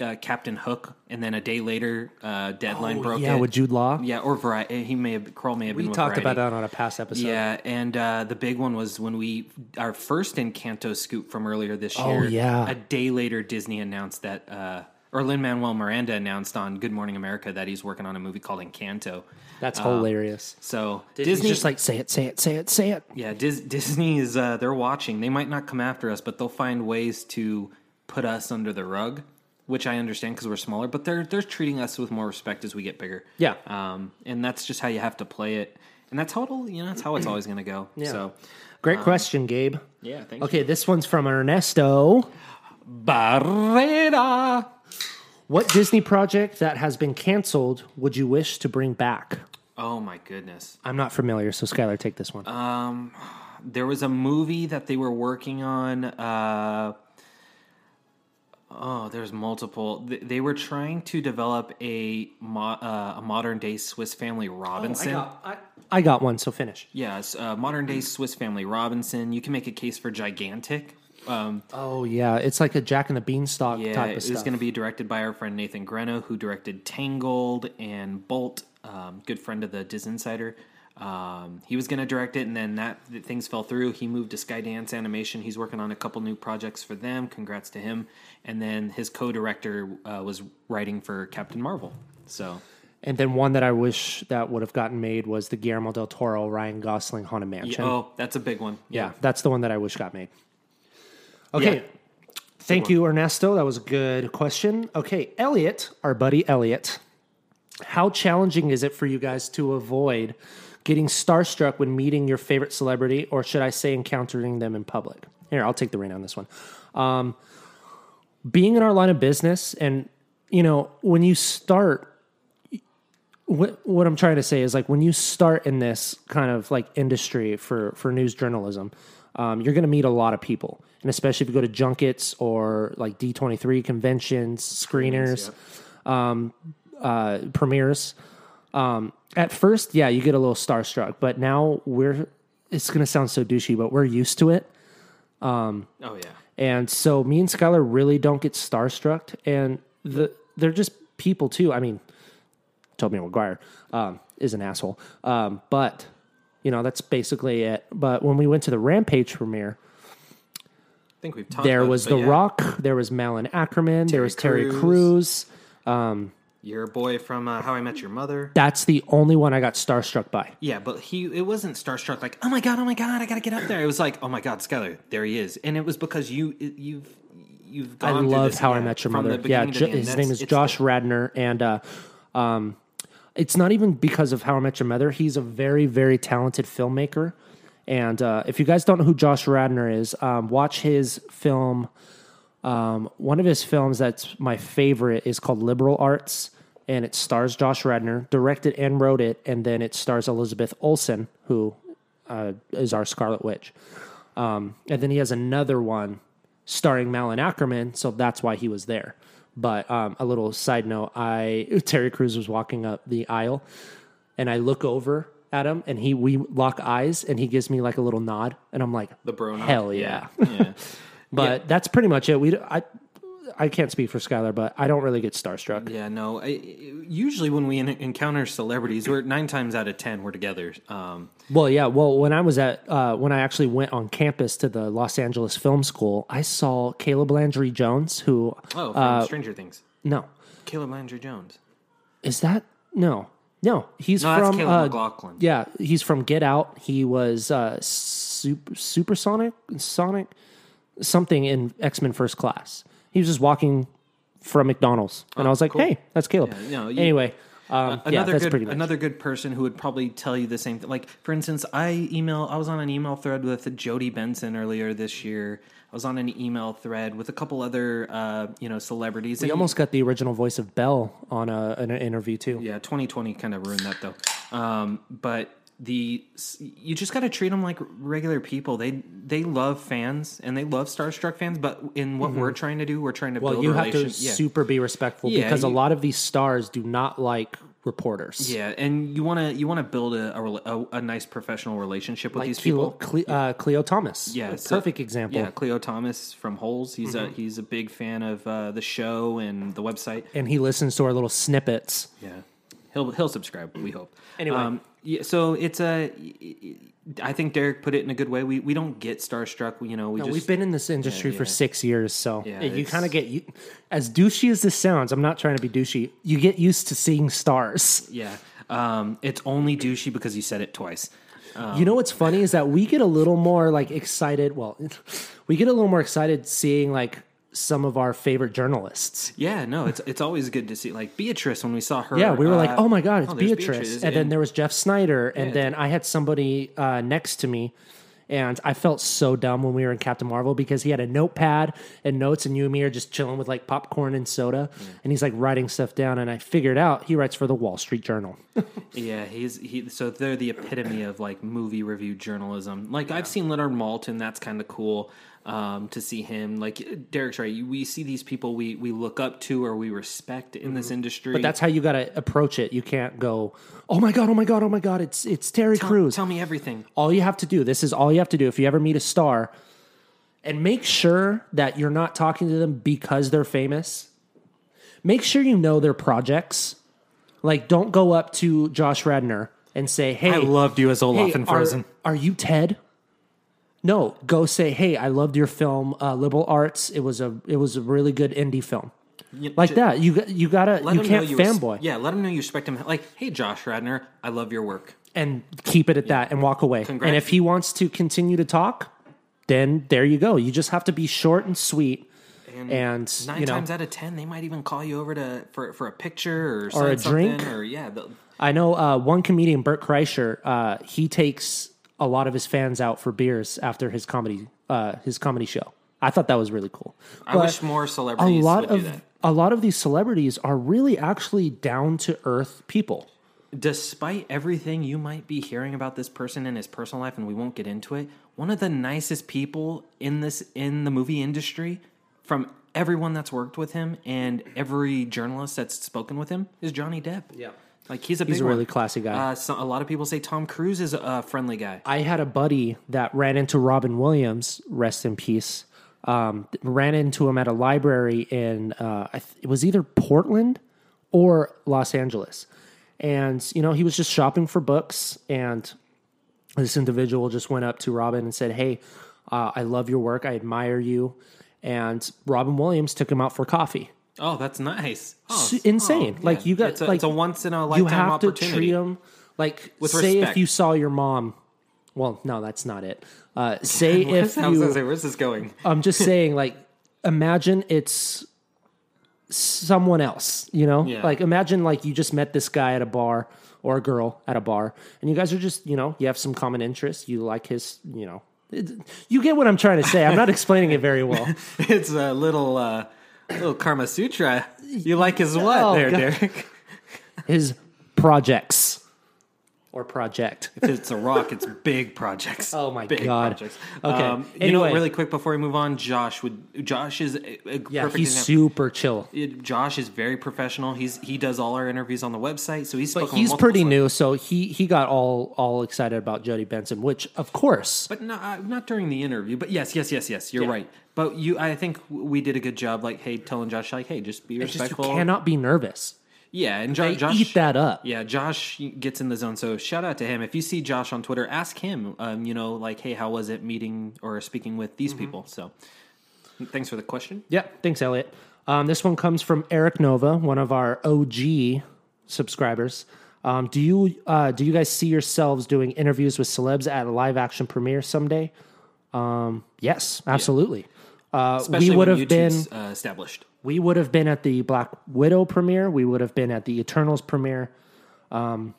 Speaker 2: uh, Captain Hook, and then a day later, uh, Deadline broke
Speaker 3: Oh, yeah,
Speaker 2: it.
Speaker 3: with Jude Law.
Speaker 2: yeah, or Variety. He may have Kroll may have
Speaker 3: we
Speaker 2: been. with
Speaker 3: talked about
Speaker 2: Variety.
Speaker 3: that on a past episode.
Speaker 2: Yeah, and uh, the big one was when we our first Encanto scoop from earlier this year.
Speaker 3: Oh, yeah.
Speaker 2: a day later, Disney announced that, uh, or Lin Manuel Miranda announced on Good Morning America that he's working on a movie called Encanto.
Speaker 3: that's hilarious.
Speaker 2: So
Speaker 3: Disney's
Speaker 2: Uh, Disney,
Speaker 3: just like say it, say it, say it, say it.
Speaker 2: yeah, Dis- Disney is uh, they're watching. They might not come after us, but they'll find ways to put us under the rug, which I understand because we're smaller. But they're they're treating us with more respect as we get bigger.
Speaker 3: Yeah.
Speaker 2: um, and that's just how you have to play it. And that's how it'll, you know, that's how it's always going to go. So,
Speaker 3: Great question, Gabe.
Speaker 2: Um, yeah, thank
Speaker 3: Okay, this one's from Ernesto.
Speaker 2: Barrera.
Speaker 3: What Disney project that has been canceled would you wish to bring back?
Speaker 2: Oh my goodness.
Speaker 3: I'm not familiar, so Skylar, take this one.
Speaker 2: Uh, There was a movie that they were working on. Uh, oh, there's multiple. Th- They were trying to develop a mo- uh, a modern day Swiss Family Robinson.
Speaker 3: I got one, so finish.
Speaker 2: yes, uh, modern day Swiss Family Robinson. You can make a case for gigantic. Um,
Speaker 3: Oh yeah, it's like a Jack and the Beanstalk
Speaker 2: yeah,
Speaker 3: type of
Speaker 2: it was
Speaker 3: stuff.
Speaker 2: going to be directed by our friend Nathan Greno, who directed Tangled and Bolt. Um, good friend of the Diz Insider. Um, he was going to direct it, and then that th- things fell through. He moved to Skydance Animation. He's working on a couple new projects for them. Congrats to him. And then his co-director uh, was writing for Captain Marvel. So
Speaker 3: and then one that I wish that would have gotten made was the Guillermo del Toro, Ryan Gosling, Haunted Mansion.
Speaker 2: oh, that's a big one.
Speaker 3: yeah, that's the one that I wish got made. Okay.
Speaker 2: Yeah.
Speaker 3: Thank you, Ernesto. That was a good question. Okay, Elliot, our buddy Elliot, how challenging is it for you guys to avoid getting starstruck when meeting your favorite celebrity, or should I say encountering them in public? Here, I'll take the reign on this one. Um, being in our line of business, and you know, when you start what what I'm trying to say is like when you start in this kind of like industry for for news journalism, um, you're going to meet a lot of people, and especially if you go to junkets or like D23 conventions, screeners, um, uh, premieres. Um, at first, yeah, you get a little starstruck, but now we're it's going to sound so douchey, but we're used to it.
Speaker 2: Oh yeah.
Speaker 3: And so me and Skylar really don't get starstruck, and the they're just people too. I mean, Toby McGuire um, is an asshole, um, but you know that's basically it. But when we went to the Rampage premiere,
Speaker 2: I think we've talked.
Speaker 3: there
Speaker 2: about it,
Speaker 3: was
Speaker 2: Uh, but
Speaker 3: The
Speaker 2: yeah.
Speaker 3: Rock, there was Malin Ackerman, there was Terry
Speaker 2: Crews.
Speaker 3: Crews.
Speaker 2: your boy from uh, How I Met Your Mother.
Speaker 3: That's the only one I got starstruck by.
Speaker 2: Yeah, but he it wasn't starstruck like oh my god, oh my god, I gotta get up there. It was like oh my god, Skyler, there he is, and it was because you it- you've you've gone
Speaker 3: I
Speaker 2: through
Speaker 3: love
Speaker 2: this,
Speaker 3: How I
Speaker 2: yeah,
Speaker 3: Met Your
Speaker 2: from the
Speaker 3: Mother. Yeah,
Speaker 2: beginning to
Speaker 3: Jo-
Speaker 2: the end.
Speaker 3: his
Speaker 2: That's-
Speaker 3: name is
Speaker 2: it's
Speaker 3: Josh Radner, and uh, um, it's not even because of How I Met Your Mother. He's a very, very talented filmmaker. And uh, if you guys don't know who Josh Radner is, um, watch his film. Um, one of his films that's my favorite is called Liberal Arts, and it stars Josh Radner, directed and wrote it, and then it stars Elizabeth Olsen, who uh, is our Scarlet Witch. Um, and then he has another one starring Malin Ackerman, so that's why he was there. But um, a little side note: I (laughs) Terry Crews was walking up the aisle, and I look over at him, and he we lock eyes, and he gives me like a little nod, and I'm like,
Speaker 2: The bro. nod.
Speaker 3: hell yeah.
Speaker 2: (laughs) yeah.
Speaker 3: But that's pretty much it. We d- I I can't speak for Skylar, but I don't really get starstruck.
Speaker 2: Yeah, no. I, I- usually, when we en- encounter celebrities, we're nine times out of ten we're together. Um,
Speaker 3: Well, yeah. Well, when I was at uh, when I actually went on campus to the Los Angeles Film School, I saw Caleb Landry Jones, who
Speaker 2: oh, from
Speaker 3: Uh,
Speaker 2: Stranger Things,
Speaker 3: no,
Speaker 2: Caleb Landry Jones.
Speaker 3: is that no, no, he's
Speaker 2: No, that's
Speaker 3: from
Speaker 2: Caleb
Speaker 3: uh,
Speaker 2: McLaughlin.
Speaker 3: Yeah, he's from Get Out. He was uh, super, supersonic, sonic, something in X Men First Class. He was just walking from McDonald's, and I was like, "Hey, that's Caleb."
Speaker 2: Oh, Yeah, no, you-
Speaker 3: anyway, um, yeah,
Speaker 2: another
Speaker 3: that's
Speaker 2: good
Speaker 3: pretty much.
Speaker 2: another good person who would probably tell you the same thing. Like for instance, I email I was on an email thread with Jody Benson earlier this year. I was on an email thread with a couple other uh, you know celebrities.
Speaker 3: we
Speaker 2: And-
Speaker 3: almost got the original voice of Belle on a, an interview too.
Speaker 2: yeah, 2020 kind of ruined that though. Um, but the you just got to treat them like regular people. They they love fans and they love Starstruck fans. But in what we're trying to do, we're trying to
Speaker 3: Mm-hmm. Well,
Speaker 2: build
Speaker 3: you
Speaker 2: a
Speaker 3: have to
Speaker 2: relation- yeah.
Speaker 3: super be respectful
Speaker 2: Yeah,
Speaker 3: because a
Speaker 2: you-
Speaker 3: lot of these stars do not like reporters.
Speaker 2: yeah, and you want to you want to build a, a rela- a a nice professional relationship with
Speaker 3: Like
Speaker 2: these
Speaker 3: Cleo,
Speaker 2: people.
Speaker 3: Cle, uh, Cleo Thomas.
Speaker 2: Yeah,
Speaker 3: A
Speaker 2: so-
Speaker 3: perfect example. Mm-hmm.
Speaker 2: Yeah, Cleo Thomas from Holes. He's a he's a big fan of uh, the show and the website.
Speaker 3: And he listens to our little snippets.
Speaker 2: Yeah, he'll he'll subscribe. We hope. Um,
Speaker 3: Anyway.
Speaker 2: yeah, so it's a. I think Derek put it in a good way. We we don't get starstruck. You know, we just
Speaker 3: We've been in this industry for
Speaker 2: yeah.
Speaker 3: six years, so
Speaker 2: Yeah,
Speaker 3: you
Speaker 2: it's-
Speaker 3: kind of get you, as douchey as this sounds. I'm not trying to be douchey. You get used to seeing stars.
Speaker 2: yeah. Um, it's only douchey because you said it twice. Oh.
Speaker 3: you know what's funny is that we get a little more like excited. Well, (laughs) we get a little more excited seeing like some of our favorite journalists.
Speaker 2: Yeah, no, it's it's always good to see like Beatrice when we saw her.
Speaker 3: Yeah, we were like,
Speaker 2: uh,
Speaker 3: "Oh my god, it's
Speaker 2: there's
Speaker 3: Beatrice. And, then there was Jeff Snyder, and
Speaker 2: Yeah.
Speaker 3: then I had somebody uh, next to me, and I felt so dumb when we were in Captain Marvel because he had a notepad and notes, and you and me are just chilling with like popcorn and soda, and he's like writing stuff down, and I figured out he writes for the Wall Street Journal.
Speaker 2: Yeah, he's he. So they're the epitome of like movie review journalism. Like I've seen Leonard Maltin. That's kind of cool um, to see him. Like Derek's right. We see these people we we look up to or we respect in this industry.
Speaker 3: Mm-hmm. But that's how you got to approach it. You can't go, "Oh my god, oh my god, oh my god, it's it's Terry Crews."
Speaker 2: Tell me everything.
Speaker 3: all you have to do this is all you have to do if you ever meet a star and make sure that you're not talking to them because they're famous make sure you know their projects like don't go up to josh radner and say hey
Speaker 2: you as
Speaker 3: hey, are- are, you ted no go say hey i loved your film uh, liberal arts it was a it was a really good indie film like that you got- you gotta you
Speaker 2: him know
Speaker 3: can't
Speaker 2: res-
Speaker 3: fanboy
Speaker 2: yeah, let him know you respect him. Like, hey, Josh Radner, I love your work.
Speaker 3: and keep it at that and walk away.
Speaker 2: Congrats.
Speaker 3: And if he wants to continue to talk, then there you go. You just have to be short and sweet and,
Speaker 2: Nine
Speaker 3: you know,
Speaker 2: times out of ten, they might even call you over to for for a picture or,
Speaker 3: Or a
Speaker 2: sign something,
Speaker 3: drink.
Speaker 2: or yeah, they'll-
Speaker 3: I know uh, one comedian, Bert Kreischer, uh, he takes a lot of his fans out for beers after his comedy uh, his comedy show. I thought that was really cool.
Speaker 2: I
Speaker 3: But
Speaker 2: wish more
Speaker 3: a
Speaker 2: celebrities
Speaker 3: lot
Speaker 2: would do
Speaker 3: of
Speaker 2: that.
Speaker 3: a lot of these celebrities are really actually down to earth people.
Speaker 2: despite everything you might be hearing about this person in his personal life and we won't get into it one of the nicest people in this in the movie industry from everyone that's worked with him and every journalist that's spoken with him is johnny depp yeah like he's a big
Speaker 3: He's a really
Speaker 2: one.
Speaker 3: classy guy.
Speaker 2: uh, so a lot of people say tom cruise is a friendly guy
Speaker 3: I had a buddy that ran into Robin Williams, rest in peace. Um, ran into him at a library in uh, I th- it was either Portland or Los Angeles, and you know he was just shopping for books, and this individual just went up to Robin and said, "Hey, uh, I love your work. I admire you." And Robin Williams took him out for coffee.
Speaker 2: oh that's nice oh,
Speaker 3: It's insane.
Speaker 2: oh,
Speaker 3: Like
Speaker 2: yeah.
Speaker 3: you got
Speaker 2: it's a,
Speaker 3: like
Speaker 2: it's a once in a
Speaker 3: you
Speaker 2: lifetime
Speaker 3: have to
Speaker 2: opportunity
Speaker 3: treat them like
Speaker 2: With
Speaker 3: say if
Speaker 2: respect.
Speaker 3: you saw your mom. Well, no, that's not it. Uh,
Speaker 2: (laughs)
Speaker 3: say if
Speaker 2: I was gonna say,
Speaker 3: you.
Speaker 2: where's this going (laughs)
Speaker 3: I'm just saying, like, imagine it's someone else. You know,
Speaker 2: Yeah.
Speaker 3: like imagine like you just met this guy at a bar or a girl at a bar, and you guys are just you know you have some common interests. You like his, you know. It, you get what I'm trying to say.
Speaker 2: (laughs)
Speaker 3: I'm not explaining it very well.
Speaker 2: it's a little uh little karma sutra you like his what
Speaker 3: Oh,
Speaker 2: there
Speaker 3: God.
Speaker 2: derek
Speaker 3: His projects. or project.
Speaker 2: If it's a rock, it's big projects.
Speaker 3: Oh my
Speaker 2: big
Speaker 3: God.
Speaker 2: Projects. Um,
Speaker 3: Okay.
Speaker 2: You know,
Speaker 3: Anyway.
Speaker 2: what, really quick before we move on, Josh would Josh is a, a
Speaker 3: Yeah,
Speaker 2: perfect
Speaker 3: he's
Speaker 2: example.
Speaker 3: super chill.
Speaker 2: It- Josh is very professional. He's he does all our interviews on the website, so he's
Speaker 3: But
Speaker 2: spoken
Speaker 3: he's
Speaker 2: with multiple
Speaker 3: pretty
Speaker 2: cele-
Speaker 3: new, so he he got all all excited about Jody Benson, which of course.
Speaker 2: But not uh, not during the interview. But yes, yes, yes, yes. You're
Speaker 3: Yeah.
Speaker 2: right. But you, I think we did a good job. Like, hey, telling Josh, like, hey, just be
Speaker 3: It's just you
Speaker 2: respectful.
Speaker 3: cannot be nervous.
Speaker 2: yeah, and Jo-
Speaker 3: They
Speaker 2: Josh
Speaker 3: eat that up.
Speaker 2: Yeah, Josh gets in the zone. So shout out to him. If you see Josh on Twitter, ask him. Um, you know, like, hey, how was it meeting or speaking with these
Speaker 3: Mm-hmm.
Speaker 2: people? So, thanks for the question.
Speaker 3: Yeah, thanks, Elliot. Um, this one comes from Eric Nova, one of our OG subscribers. Um, do you uh, do you guys see yourselves doing interviews with celebs at a live action premiere someday? Um, yes, absolutely. Uh, we
Speaker 2: Especially
Speaker 3: would
Speaker 2: when
Speaker 3: have been
Speaker 2: YouTube's, uh, established.
Speaker 3: we would have been at the Black Widow premiere. We would have been at the Eternals premiere. Um,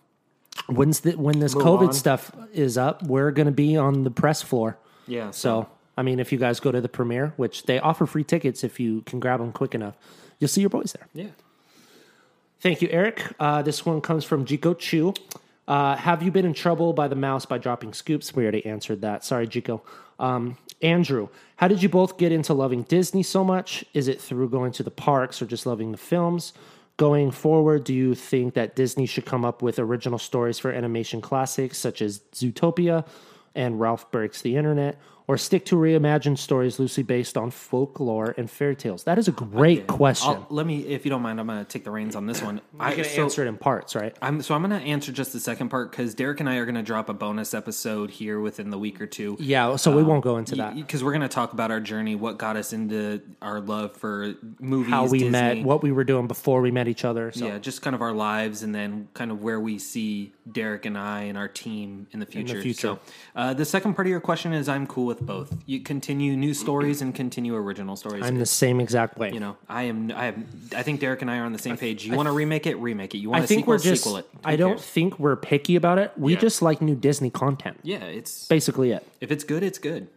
Speaker 3: when's the, when this COVID
Speaker 2: on.
Speaker 3: stuff is up, we're going to be on the press floor.
Speaker 2: Yeah,
Speaker 3: So, I mean, if you guys go to the premiere, which they offer free tickets if you can grab them quick enough, you'll see your boys there.
Speaker 2: Yeah.
Speaker 3: Thank you, Eric. Uh, this one comes from Jiko Chu. Uh, have you been in trouble by the mouse by dropping scoops? We already answered that. Sorry, Jiko. Um, Andrew, how did you both get into loving Disney so much? Is it through going to the parks or just loving the films? Going forward, do you think that Disney should come up with original stories for animation classics such as Zootopia and Ralph Breaks the Internet, or stick to reimagined stories loosely based on folklore and fairy tales? That is a great question.
Speaker 2: I'll, let me, if you don't mind, I'm going to take the reins on this
Speaker 3: (clears throat)
Speaker 2: one.
Speaker 3: I'm going to
Speaker 2: so-
Speaker 3: answer it in parts, right?
Speaker 2: I'm, so I'm going to answer just the second part because Derek and I are going to drop a bonus episode here within the week or two.
Speaker 3: Yeah, so we won't go into that.
Speaker 2: Because we're going to talk about our journey, what got us into our love for movies,
Speaker 3: How we
Speaker 2: Disney.
Speaker 3: met, what we were doing before we met each other. So
Speaker 2: Yeah, just kind of our lives, and then kind of where we see Derek and I and our team in the future.
Speaker 3: future.
Speaker 2: So, uh, the second part of your question is, I'm cool with both. You continue new stories and continue original stories.
Speaker 3: I'm the same exact way.
Speaker 2: you know, I am. I have. I think Derek and I are on the same page. You want to remake it, remake it. You want
Speaker 3: I
Speaker 2: to
Speaker 3: think
Speaker 2: sequel,
Speaker 3: we're just.
Speaker 2: sequel it. Who
Speaker 3: I don't
Speaker 2: cares?
Speaker 3: think we're picky about it. We
Speaker 2: Yeah.
Speaker 3: just like new Disney content.
Speaker 2: Yeah, it's
Speaker 3: Basically, it.
Speaker 2: if it's good, it's good.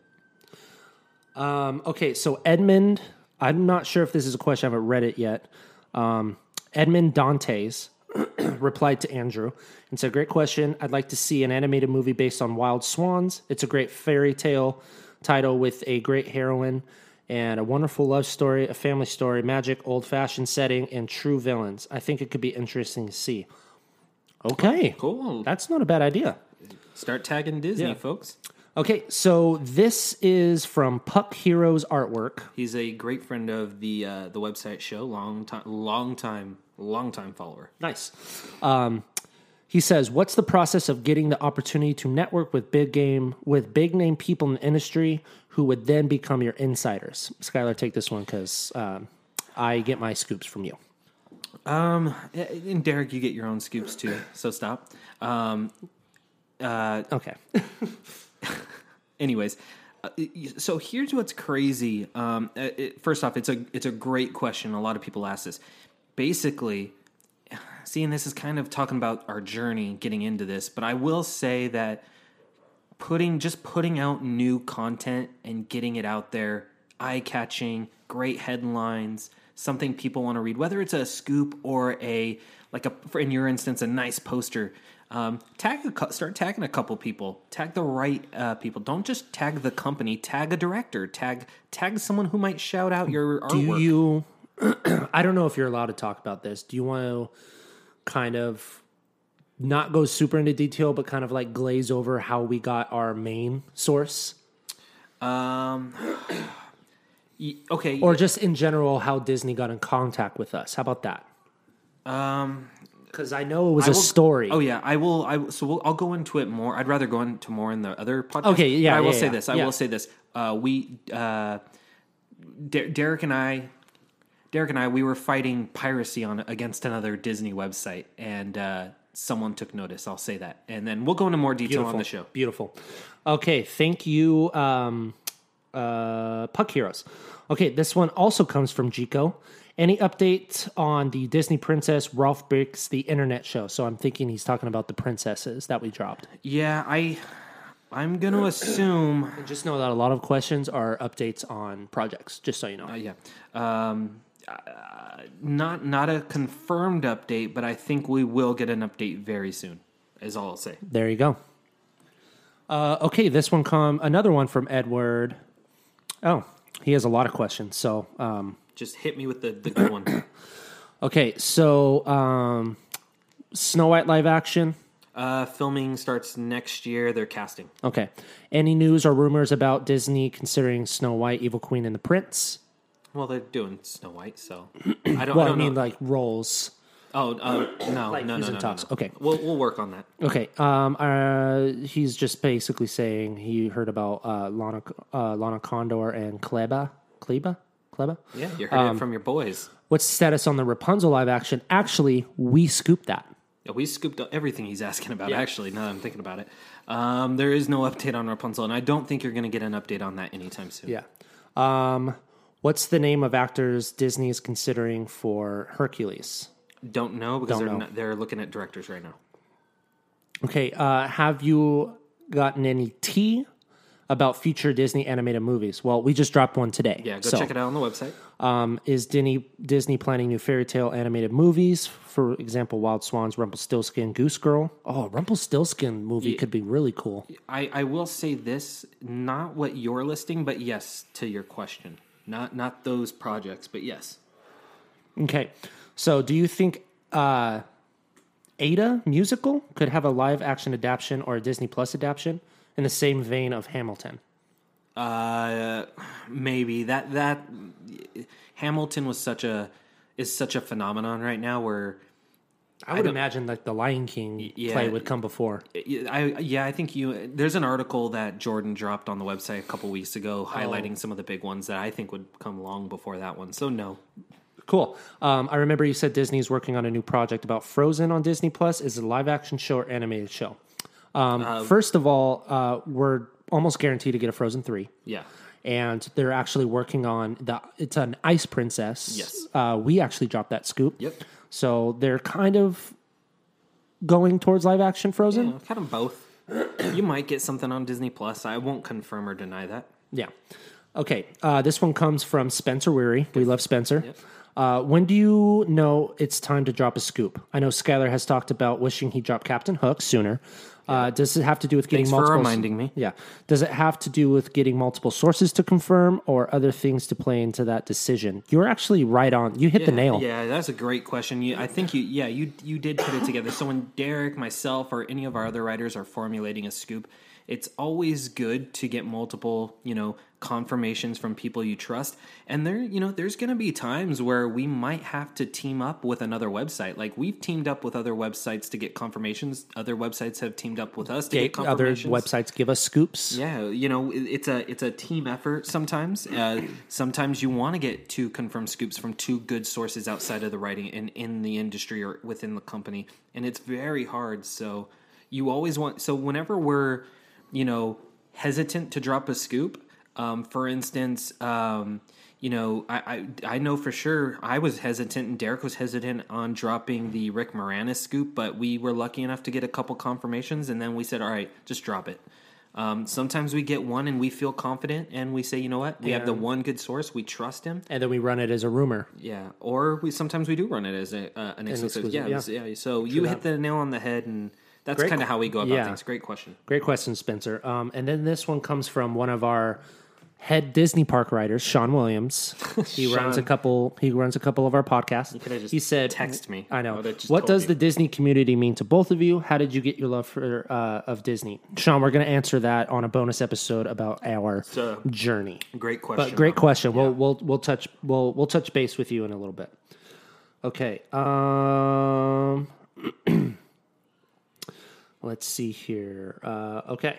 Speaker 3: Um, okay, so Edmund, I'm not sure if this is a question. I haven't read it yet. Um, Edmund Dantes (clears throat) replied to Andrew and said, Great question. I'd like to see an animated movie based on Wild Swans. It's a great fairy tale title with a great heroine and a wonderful love story, a family story, magic, old fashioned setting, and true villains. I think it could be interesting to see. Okay.
Speaker 2: Cool.
Speaker 3: That's not a bad idea.
Speaker 2: Start tagging Disney,
Speaker 3: Yeah.
Speaker 2: folks.
Speaker 3: Okay, so this is from Puck Heroes Artwork.
Speaker 2: He's a great friend of the uh, the website show. Long time, long time, long time follower.
Speaker 3: Nice. Um, he says, "What's the process of getting the opportunity to network with big game with big name people in the industry who would then become your insiders?" Skylar, take this one because um, I get my scoops from you.
Speaker 2: And Derek, you get your own scoops too, so stop. Um,
Speaker 3: Okay,
Speaker 2: anyways, uh, so here's what's crazy. Um, uh, it, first off, it's a it's a great question. A lot of people ask this. Basically, seeing this is kind of talking about our journey getting into this, but I will say that putting just putting out new content and getting it out there, eye catching, great headlines, something people want to read, whether it's a scoop or a like a for in your instance a nice poster. Um, tag a, cou- start tagging a couple people. Tag the right uh, people. Don't just tag the company. Tag a director. Tag tag someone who might shout out your
Speaker 3: do
Speaker 2: artwork.
Speaker 3: you? (clears throat) I don't know if you're allowed to talk about this. Do you want to kind of not go super into detail, but kind of like glaze over how we got our main source,
Speaker 2: Y- okay,
Speaker 3: or just in general how Disney got in contact with us? How about that?
Speaker 2: um,
Speaker 3: Because I know it was a
Speaker 2: I will-
Speaker 3: story.
Speaker 2: Oh yeah, I will. I will- so we'll, I'll go into it more. I'd rather go into more in the other podcast.
Speaker 3: Okay, yeah,
Speaker 2: But I will
Speaker 3: yeah,
Speaker 2: say
Speaker 3: yeah.
Speaker 2: this. I
Speaker 3: Yeah.
Speaker 2: will say this. Uh, we uh, Der- Derek and I, Derek and I, we were fighting piracy on against another Disney website, and uh, someone took notice. I'll say that, and then we'll go into more detail on the show.
Speaker 3: Beautiful. Okay, thank you, um, uh, Puck Heroes. Okay, this one also comes from Jico. Any update on the Disney Princess Ralph Breaks the Internet show? So I'm thinking he's talking about the princesses that we dropped.
Speaker 2: Yeah, I, I'm
Speaker 3: (clears throat)
Speaker 2: gonna assume.
Speaker 3: And just know that a lot of questions are updates on projects, just so you know.
Speaker 2: uh, Yeah. Um, uh, not not a confirmed update, but I think we will get an update very soon. is all I'll say.
Speaker 3: There you go. Uh, okay, this one come another one from Edward. Oh, he has a lot of questions. So, um,
Speaker 2: Just hit me with the, the good
Speaker 3: (clears throat)
Speaker 2: one.
Speaker 3: okay, so um, Snow White live action.
Speaker 2: Uh, filming starts next year. They're casting.
Speaker 3: Okay, any news or rumors about Disney considering Snow White, Evil Queen, and the Prince?
Speaker 2: Well, they're doing Snow White,
Speaker 3: (clears throat)
Speaker 2: so I don't,
Speaker 3: Well,
Speaker 2: I
Speaker 3: I,
Speaker 2: don't
Speaker 3: mean,
Speaker 2: know.
Speaker 3: like roles.
Speaker 2: oh, uh, no,
Speaker 3: like
Speaker 2: no, no,
Speaker 3: who's
Speaker 2: no,
Speaker 3: in
Speaker 2: no,
Speaker 3: talks.
Speaker 2: no.
Speaker 3: Okay.
Speaker 2: We'll, we'll work on that.
Speaker 3: Okay, um, uh, he's just basically saying he heard about uh, Lana, uh, Lana Condor and Kleba, Kleba, Kleba.
Speaker 2: Yeah, you heard
Speaker 3: Um,
Speaker 2: it from your boys.
Speaker 3: What's the status on the Rapunzel live action? Actually, we scooped that.
Speaker 2: Yeah, we scooped up everything he's asking about, actually, now that I'm thinking about it. Um, there is no update on Rapunzel, and I don't think you're going to get an update on that anytime soon.
Speaker 3: Yeah. Um, what's the name of actors Disney is considering for Hercules?
Speaker 2: Don't know because
Speaker 3: Don't
Speaker 2: they're,
Speaker 3: know.
Speaker 2: Not, they're looking at directors right now.
Speaker 3: Okay, uh, have you gotten any tea about future Disney animated movies? Well, we just dropped one today.
Speaker 2: Yeah, go check it out on the website.
Speaker 3: Um, is Disney Disney planning new fairy tale animated movies? For example, Wild Swans, Rumpelstiltskin, Goose Girl. Oh, Rumpelstiltskin movie could be really cool.
Speaker 2: I, I will say this, not what you're listing, but yes to your question. Not not those projects, but yes.
Speaker 3: Okay. So, do you think uh, Ada musical could have a live action adaptation or a Disney Plus adaptation in the same vein of Hamilton?
Speaker 2: Uh, maybe that that Hamilton was such a is such a phenomenon right now where
Speaker 3: I would imagine like the Lion King
Speaker 2: yeah.
Speaker 3: play would come before.
Speaker 2: I yeah, I think you. There's an article that Jordan dropped on the website a couple weeks ago, highlighting some of the big ones that I think would come long before that one. So no,
Speaker 3: Cool. Um, I remember you said Disney's working on a new project about Frozen on Disney Plus. Is it a live action show or animated show? Um, first of all, uh, we're almost guaranteed to get a Frozen three.
Speaker 2: yeah,
Speaker 3: and they're actually working on the it's an ice princess
Speaker 2: Yes.
Speaker 3: uh, we actually dropped that scoop
Speaker 2: Yep.
Speaker 3: so they're kind of going towards live action frozen
Speaker 2: You know, kind of both. you might get something on Disney Plus. I won't confirm or deny that.
Speaker 3: yeah, okay uh, this one comes from spencer weary we love spencer uh, when do you know it's time to drop a scoop i know skylar has talked about wishing he dropped captain hook sooner uh, does it have to do with getting
Speaker 2: Thanks for
Speaker 3: multiple
Speaker 2: reminding me.
Speaker 3: Yeah. Does it have to do with getting multiple sources to confirm or other things to play into that decision? You're actually right on. You hit the nail.
Speaker 2: Yeah, that's a great question. You, I think you, yeah, you you did put it together. So when Derek, myself, or any of our other writers are formulating a scoop, it's always good to get multiple, you know, confirmations from people you trust. And there, you know, there's going to be times where we might have to team up with another website. Like we've teamed up with other websites to get confirmations. Other websites have teamed up with us to get
Speaker 3: other
Speaker 2: confirmations.
Speaker 3: websites give us scoops.
Speaker 2: Yeah, you know, it- it's a it's a team effort sometimes. Uh, sometimes you want to get two confirmed scoops from two good sources outside of the writing and in the industry or within the company, and it's very hard. So you always want so whenever we're you know hesitant to drop a scoop, um, for instance. Um, you know, I, I I know for sure I was hesitant and Derek was hesitant on dropping the Rick Moranis scoop, but we were lucky enough to get a couple confirmations, and then we said, "All right, just drop it." Um, sometimes we get one and we feel confident and we say, you know what, we have the one good source, we trust him.
Speaker 3: And then we run it as a rumor.
Speaker 2: Yeah, or we sometimes we do run it as a, uh, an exclusive.
Speaker 3: exclusive,
Speaker 2: yeah,
Speaker 3: yeah.
Speaker 2: it's- yeah. So you hit the nail on the head, and that's
Speaker 3: Great
Speaker 2: kind of
Speaker 3: qu-
Speaker 2: how we go about
Speaker 3: yeah.
Speaker 2: things. Great question.
Speaker 3: Great question, Spencer. Um, and then this one comes from one of our head Disney park writers,
Speaker 2: (laughs)
Speaker 3: Sean Williams. He runs a
Speaker 2: Sean.
Speaker 3: couple. He runs a couple of our podcasts.
Speaker 2: coulda just
Speaker 3: he said,
Speaker 2: text me.
Speaker 3: I know.
Speaker 2: I would've just
Speaker 3: What
Speaker 2: told
Speaker 3: does
Speaker 2: you."
Speaker 3: the Disney community mean to both of you? How did you get your love for uh, of Disney, Sean? We're going to answer that on a bonus episode about our
Speaker 2: So-
Speaker 3: journey.
Speaker 2: Great question.
Speaker 3: But great question. We'll we'll we'll touch we'll we'll touch base with you in a little bit. Okay. Um (clears throat) let's see here. Uh okay.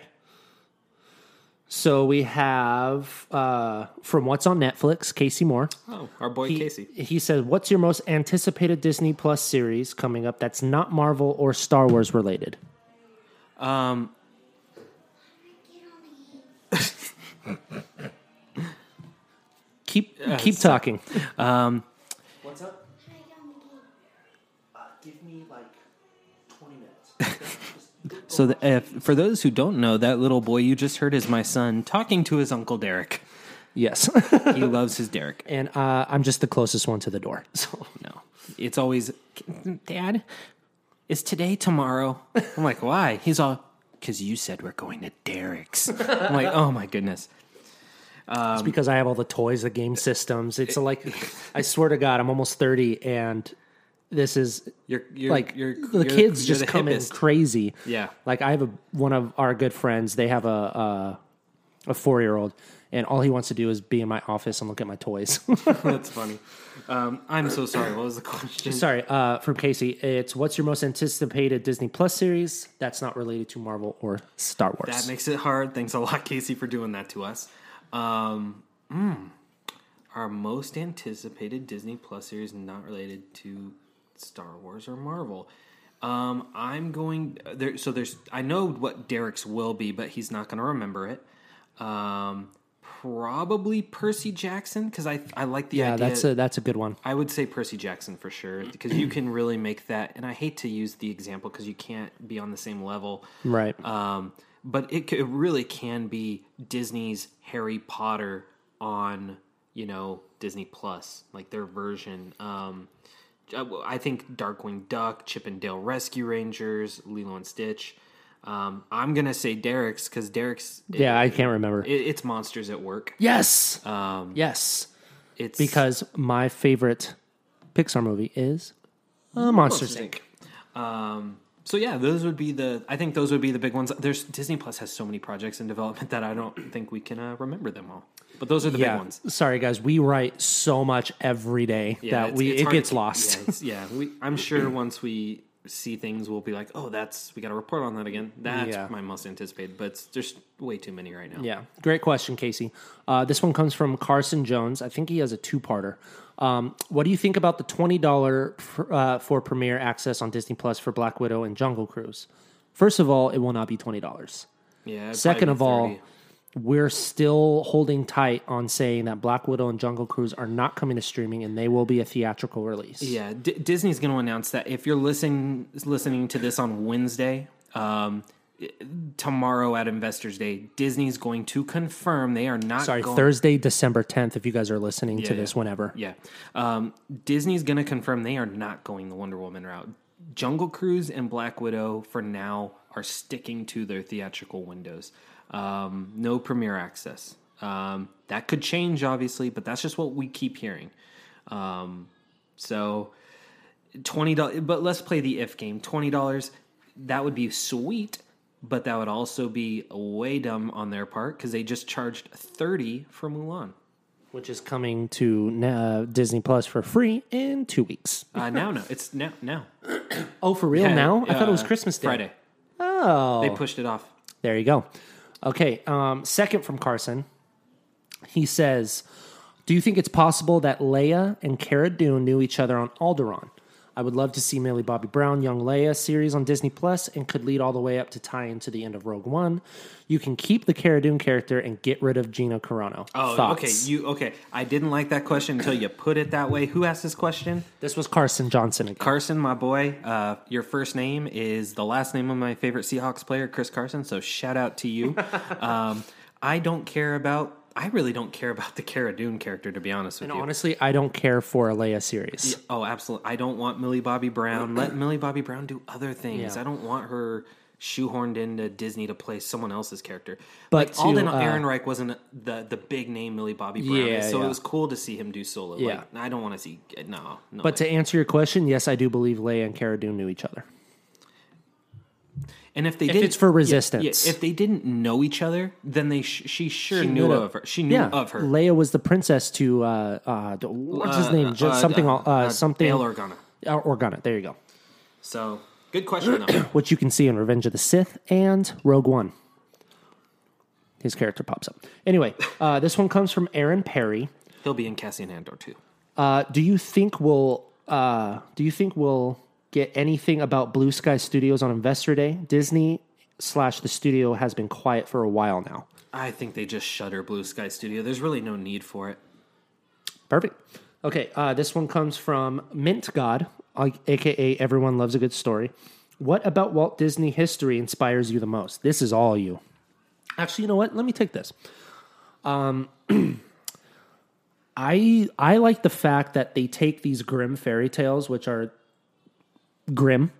Speaker 3: So we have uh from what's on Netflix, Casey Moore.
Speaker 2: Oh, our boy
Speaker 3: He,
Speaker 2: Casey.
Speaker 3: he said, "What's your most anticipated Disney Plus series coming up that's not Marvel or Star Wars related?" Keep keep talking.
Speaker 4: What's up?
Speaker 3: Give me like 20 minutes.
Speaker 2: So the, if, for those who don't know, that little boy you just heard is my son talking to his uncle Derek. (laughs)
Speaker 3: yes.
Speaker 2: He loves his Derek.
Speaker 3: and (laughs) uh, I'm just the closest one to the door. So
Speaker 2: No, it's always Dad. is today tomorrow? I'm like, why? He's all, because you said we're going to Derek's. I'm like, oh my goodness.
Speaker 3: it's because I have all the toys, the game systems. It's like, I swear to God, I'm almost 30 and this is
Speaker 2: You're, you're
Speaker 3: like
Speaker 2: you're,
Speaker 3: the
Speaker 2: you're-
Speaker 3: kids
Speaker 2: you're
Speaker 3: just
Speaker 2: the
Speaker 3: come in
Speaker 2: hippest. (laughs)
Speaker 3: crazy.
Speaker 2: Yeah.
Speaker 3: Like I have a one of our good friends. They have a a, a four year old, and all he wants to do is be in my office and look at my toys. (laughs)
Speaker 2: That's funny. Um, I'm so sorry. What was the question?
Speaker 3: Sorry, uh, from Casey. It's what's your most anticipated Disney Plus series that's not related to Marvel or Star Wars?
Speaker 2: That makes it hard. Thanks a lot, Casey, for doing that to us. Um, mm, our most anticipated Disney Plus series not related to Star Wars or Marvel. Um, I'm going uh, there. So there's, I know what Derek's will be, but he's not going to remember it. Um, probably Percy Jackson because I I like the
Speaker 3: yeah,
Speaker 2: idea.
Speaker 3: Uh, that's a that's a good one.
Speaker 2: I would say Percy Jackson for sure because you can really make that. And I hate to use the example because you can't be on the same level,
Speaker 3: Right.
Speaker 2: Um, but it, c- it really can be Disney's Harry Potter on you know Disney Plus, like their version. Um, I well, I think Darkwing Duck, Chippendale Rescue Rangers, Lilo and Stitch. Um, I'm gonna say Derek's because Derek's
Speaker 3: yeah, I can't remember.
Speaker 2: it, it's monsters at work.
Speaker 3: yes,
Speaker 2: Um,
Speaker 3: yes,
Speaker 2: it's
Speaker 3: because my favorite Pixar movie is uh, Monsters Inc.
Speaker 2: Um, so yeah, those would be the. I think those would be the big ones. There's Disney Plus has so many projects in development that I don't think we can uh, remember them all. But those are the big
Speaker 3: Yeah,
Speaker 2: ones.
Speaker 3: sorry guys, we write so much every day
Speaker 2: Yeah,
Speaker 3: that
Speaker 2: it's-
Speaker 3: we
Speaker 2: it's
Speaker 3: it
Speaker 2: hard to
Speaker 3: gets
Speaker 2: keep-
Speaker 3: lost.
Speaker 2: Yeah, it's- yeah, we, I'm sure once we see things, we'll be like, oh, that's we got to report on that again. That's
Speaker 3: Yeah.
Speaker 2: my most anticipated. But it's- there's way too many right now.
Speaker 3: Yeah, great question, Casey. Uh, this one comes from Carson Jones. I think he has a two-parter. Um, what do you think about the twenty dollar uh, for premiere access on Disney Plus for Black Widow and Jungle Cruise? First of all, it will not be twenty dollars.
Speaker 2: Yeah. it'd probably
Speaker 3: Second
Speaker 2: be
Speaker 3: of all,
Speaker 2: 30.
Speaker 3: we're still holding tight on saying that Black Widow and Jungle Cruise are not coming to streaming, and they will be a theatrical release.
Speaker 2: Yeah, D- Disney's going to announce that if you're listening listening to this on Wednesday, um, i- tomorrow at Investors Day, Disney's going to confirm they are not.
Speaker 3: Sorry,
Speaker 2: going-
Speaker 3: Thursday, December tenth. If you guys are listening to
Speaker 2: Yeah,
Speaker 3: this,
Speaker 2: yeah.
Speaker 3: whenever.
Speaker 2: Yeah, um, Disney's going to confirm they are not going the Wonder Woman route. Jungle Cruise and Black Widow for now are sticking to their theatrical windows. Um, no premiere access. Um, that could change, obviously, but that's just what we keep hearing. Um, so twenty dollars. But let's play the if game. Twenty dollars. That would be sweet, but that would also be way dumb on their part because they just charged thirty for Mulan.
Speaker 3: which is coming to uh, Disney Plus for free in two weeks.
Speaker 2: Uh, now, no, it's now, now.
Speaker 3: Oh, for real? now? I thought it was
Speaker 2: Uh,
Speaker 3: Christmas Day.
Speaker 2: Friday.
Speaker 3: Oh,
Speaker 2: They pushed it off.
Speaker 3: there you go. Okay. Um, second from Carson, he says, "Do you think it's possible that Leia and Cara Dune knew each other on Alderaan? I would love to see Millie Bobby Brown Young Leia series on Disney Plus, and could lead all the way up to tie into the end of Rogue One. You can keep the Cara Dune character and get rid of Gina Carano.
Speaker 2: Oh,
Speaker 3: Thoughts?
Speaker 2: okay. You okay? I didn't like that question until you put it that way. Who asked this question?
Speaker 3: this was Carson Johnson. Again.
Speaker 2: Carson, my boy. Uh, your first name is the last name of my favorite Seahawks player, Chris Carson. So shout out to
Speaker 3: (laughs)
Speaker 2: you. um, I don't care about. I really don't care about the Cara Dune character, to be honest with
Speaker 3: and
Speaker 2: you.
Speaker 3: honestly, I don't care for a Leia series.
Speaker 2: Oh, absolutely. I don't want Millie Bobby Brown.
Speaker 3: (clears throat)
Speaker 2: Let Millie Bobby Brown do other things.
Speaker 3: Yeah.
Speaker 2: I don't want her shoehorned into Disney to play someone else's character.
Speaker 3: But
Speaker 2: like
Speaker 3: to,
Speaker 2: Alden
Speaker 3: uh,
Speaker 2: Ehrenreich wasn't the the big name Millie Bobby Brown
Speaker 3: Yeah,
Speaker 2: is, so
Speaker 3: yeah.
Speaker 2: it was cool to see him do solo.
Speaker 3: Yeah.
Speaker 2: Like I don't want to see no, no.
Speaker 3: But to answer your question, yes, I do believe Leia and Cara Dune knew each other.
Speaker 2: and if they
Speaker 3: If
Speaker 2: did,
Speaker 3: it's for resistance,
Speaker 2: yeah, if they didn't know each other, then they sh- she sure knew
Speaker 3: would've-
Speaker 2: of her. She knew
Speaker 3: yeah,
Speaker 2: of her.
Speaker 3: Leia was the princess to uh, uh, d- what's his name? Just
Speaker 2: Uh,
Speaker 3: something,
Speaker 2: uh,
Speaker 3: uh,
Speaker 2: uh,
Speaker 3: something.
Speaker 2: Bail Organa.
Speaker 3: uh, Organa. There you go.
Speaker 2: So good question
Speaker 3: (clears throat)
Speaker 2: though.
Speaker 3: Which you can see in Revenge of the Sith and Rogue One. His character pops up. Anyway, uh, this one comes from Aaron Perry.
Speaker 2: He'll be in Cassian Andor too.
Speaker 3: Uh, do you think we'll uh, do you think we'll get anything about Blue Sky Studios on Investor Day? Disney slash the studio has been quiet for a while now.
Speaker 2: I think they just shutter Blue Sky Studio. There's really no need for it.
Speaker 3: Perfect. Okay, uh, this one comes from Mint God, uh, aka Everyone Loves a Good Story. What about Walt Disney history inspires you the most? This is all you. Actually, you know what? Let me take this. Um, (clears throat) I I like the fact that they take these grim fairy tales, which are grim,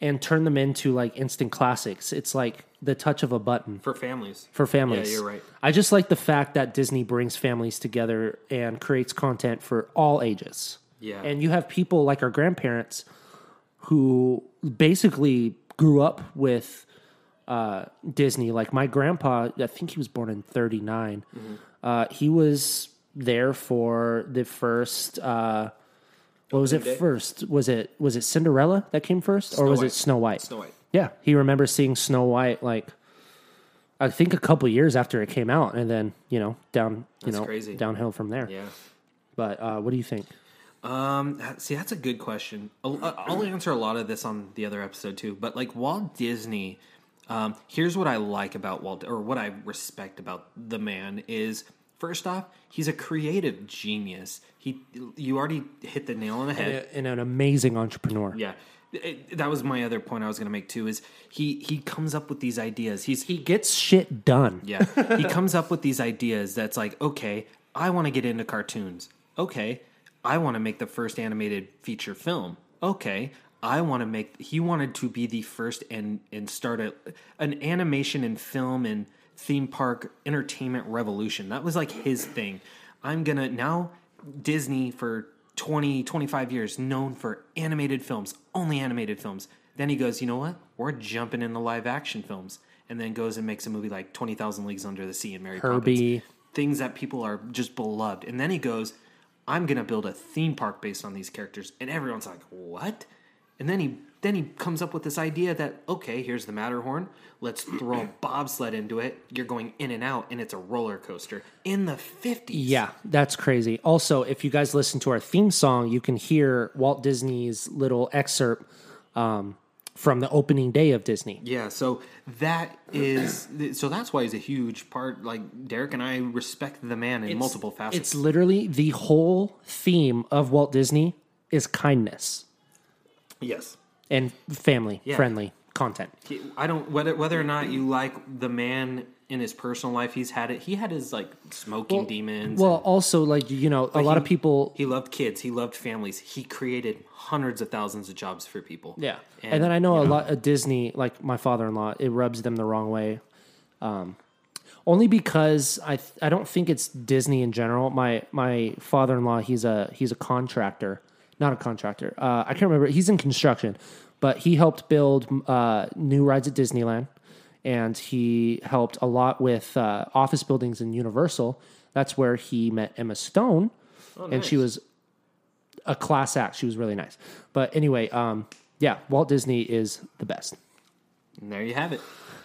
Speaker 3: and turn them into like instant classics. It's like the touch of a button
Speaker 2: for families.
Speaker 3: for families.
Speaker 2: Yeah, you're right.
Speaker 3: I just like the fact that Disney brings families together and creates content for all ages.
Speaker 2: Yeah.
Speaker 3: And you have people like our grandparents who basically grew up with uh, Disney. Like my grandpa, I think he was born in 39.
Speaker 2: Mm-hmm.
Speaker 3: Uh, he was there for the first. Uh, what was it first? Was it was it Cinderella that came first, or was
Speaker 2: White.
Speaker 3: it Snow White?
Speaker 2: Snow White.
Speaker 3: Yeah, he remembers seeing Snow White like I think a couple years after it came out, and then you know down you
Speaker 2: That's
Speaker 3: know
Speaker 2: crazy.
Speaker 3: downhill from there.
Speaker 2: Yeah.
Speaker 3: But uh, what do you think?
Speaker 2: Um, that- see, that's a good question. I'll, I'll answer a lot of this on the other episode too. But like Walt Disney, um, here's what I like about Walt, or what I respect about the man is first off, he's a creative genius. He, you already hit the nail on the head.
Speaker 3: And an amazing entrepreneur.
Speaker 2: Yeah. It- that was my other point I was going to make too. Is he he comes up with these ideas? He's
Speaker 3: He gets shit done.
Speaker 2: yeah. he comes up with these ideas that's like, okay, I want to get into cartoons. Okay, I want to make the first animated feature film. Okay, I want to make. He wanted to be the first and and start a an animation and film and theme park entertainment revolution. That was like his thing. I'm gonna now Disney for 20, 25 years known for animated films, only animated films. Then he goes, you know what? We're jumping into live action films. And then goes and makes a movie like 20,000 Leagues Under the Sea and Mary
Speaker 3: Herbie.
Speaker 2: Poppins. Things that people are just beloved. And then he goes, I'm going to build a theme park based on these characters. And everyone's like, what? And then he then he comes up with this idea that okay, here's the Matterhorn. Let's throw a bobsled into it. You're going in and out, and it's a roller coaster in the fifties.
Speaker 3: Yeah, that's crazy. Also, if you guys listen to our theme song, you can hear Walt Disney's little excerpt um, from the opening day of Disney.
Speaker 2: Yeah, so that is so that's why he's a huge part. Like Derek and I respect the man in multiple facets.
Speaker 3: It's literally the whole theme of Walt Disney is kindness
Speaker 2: yes,
Speaker 3: and family
Speaker 2: Yeah.
Speaker 3: friendly content.
Speaker 2: I don't whether whether or not you like the man in his personal life. He's had it. He had his like smoking demons.
Speaker 3: Well, also like you know, a lot of people.
Speaker 2: he loved kids. He loved families. He created hundreds of thousands of jobs for people.
Speaker 3: yeah, and, then I know a lot of Disney, like my father-in-law, it rubs them the wrong way, um, only because I th- I don't think it's Disney in general. My my father-in-law, he's a he's a contractor, not a contractor. Uh, I can't remember. He's in construction, but he helped build uh, new rides at Disneyland. and he helped a lot with uh, office buildings in Universal. That's where he met Emma Stone, and she was a class act. She was really nice. But anyway, um, yeah, Walt Disney is the best.
Speaker 2: And there you have it.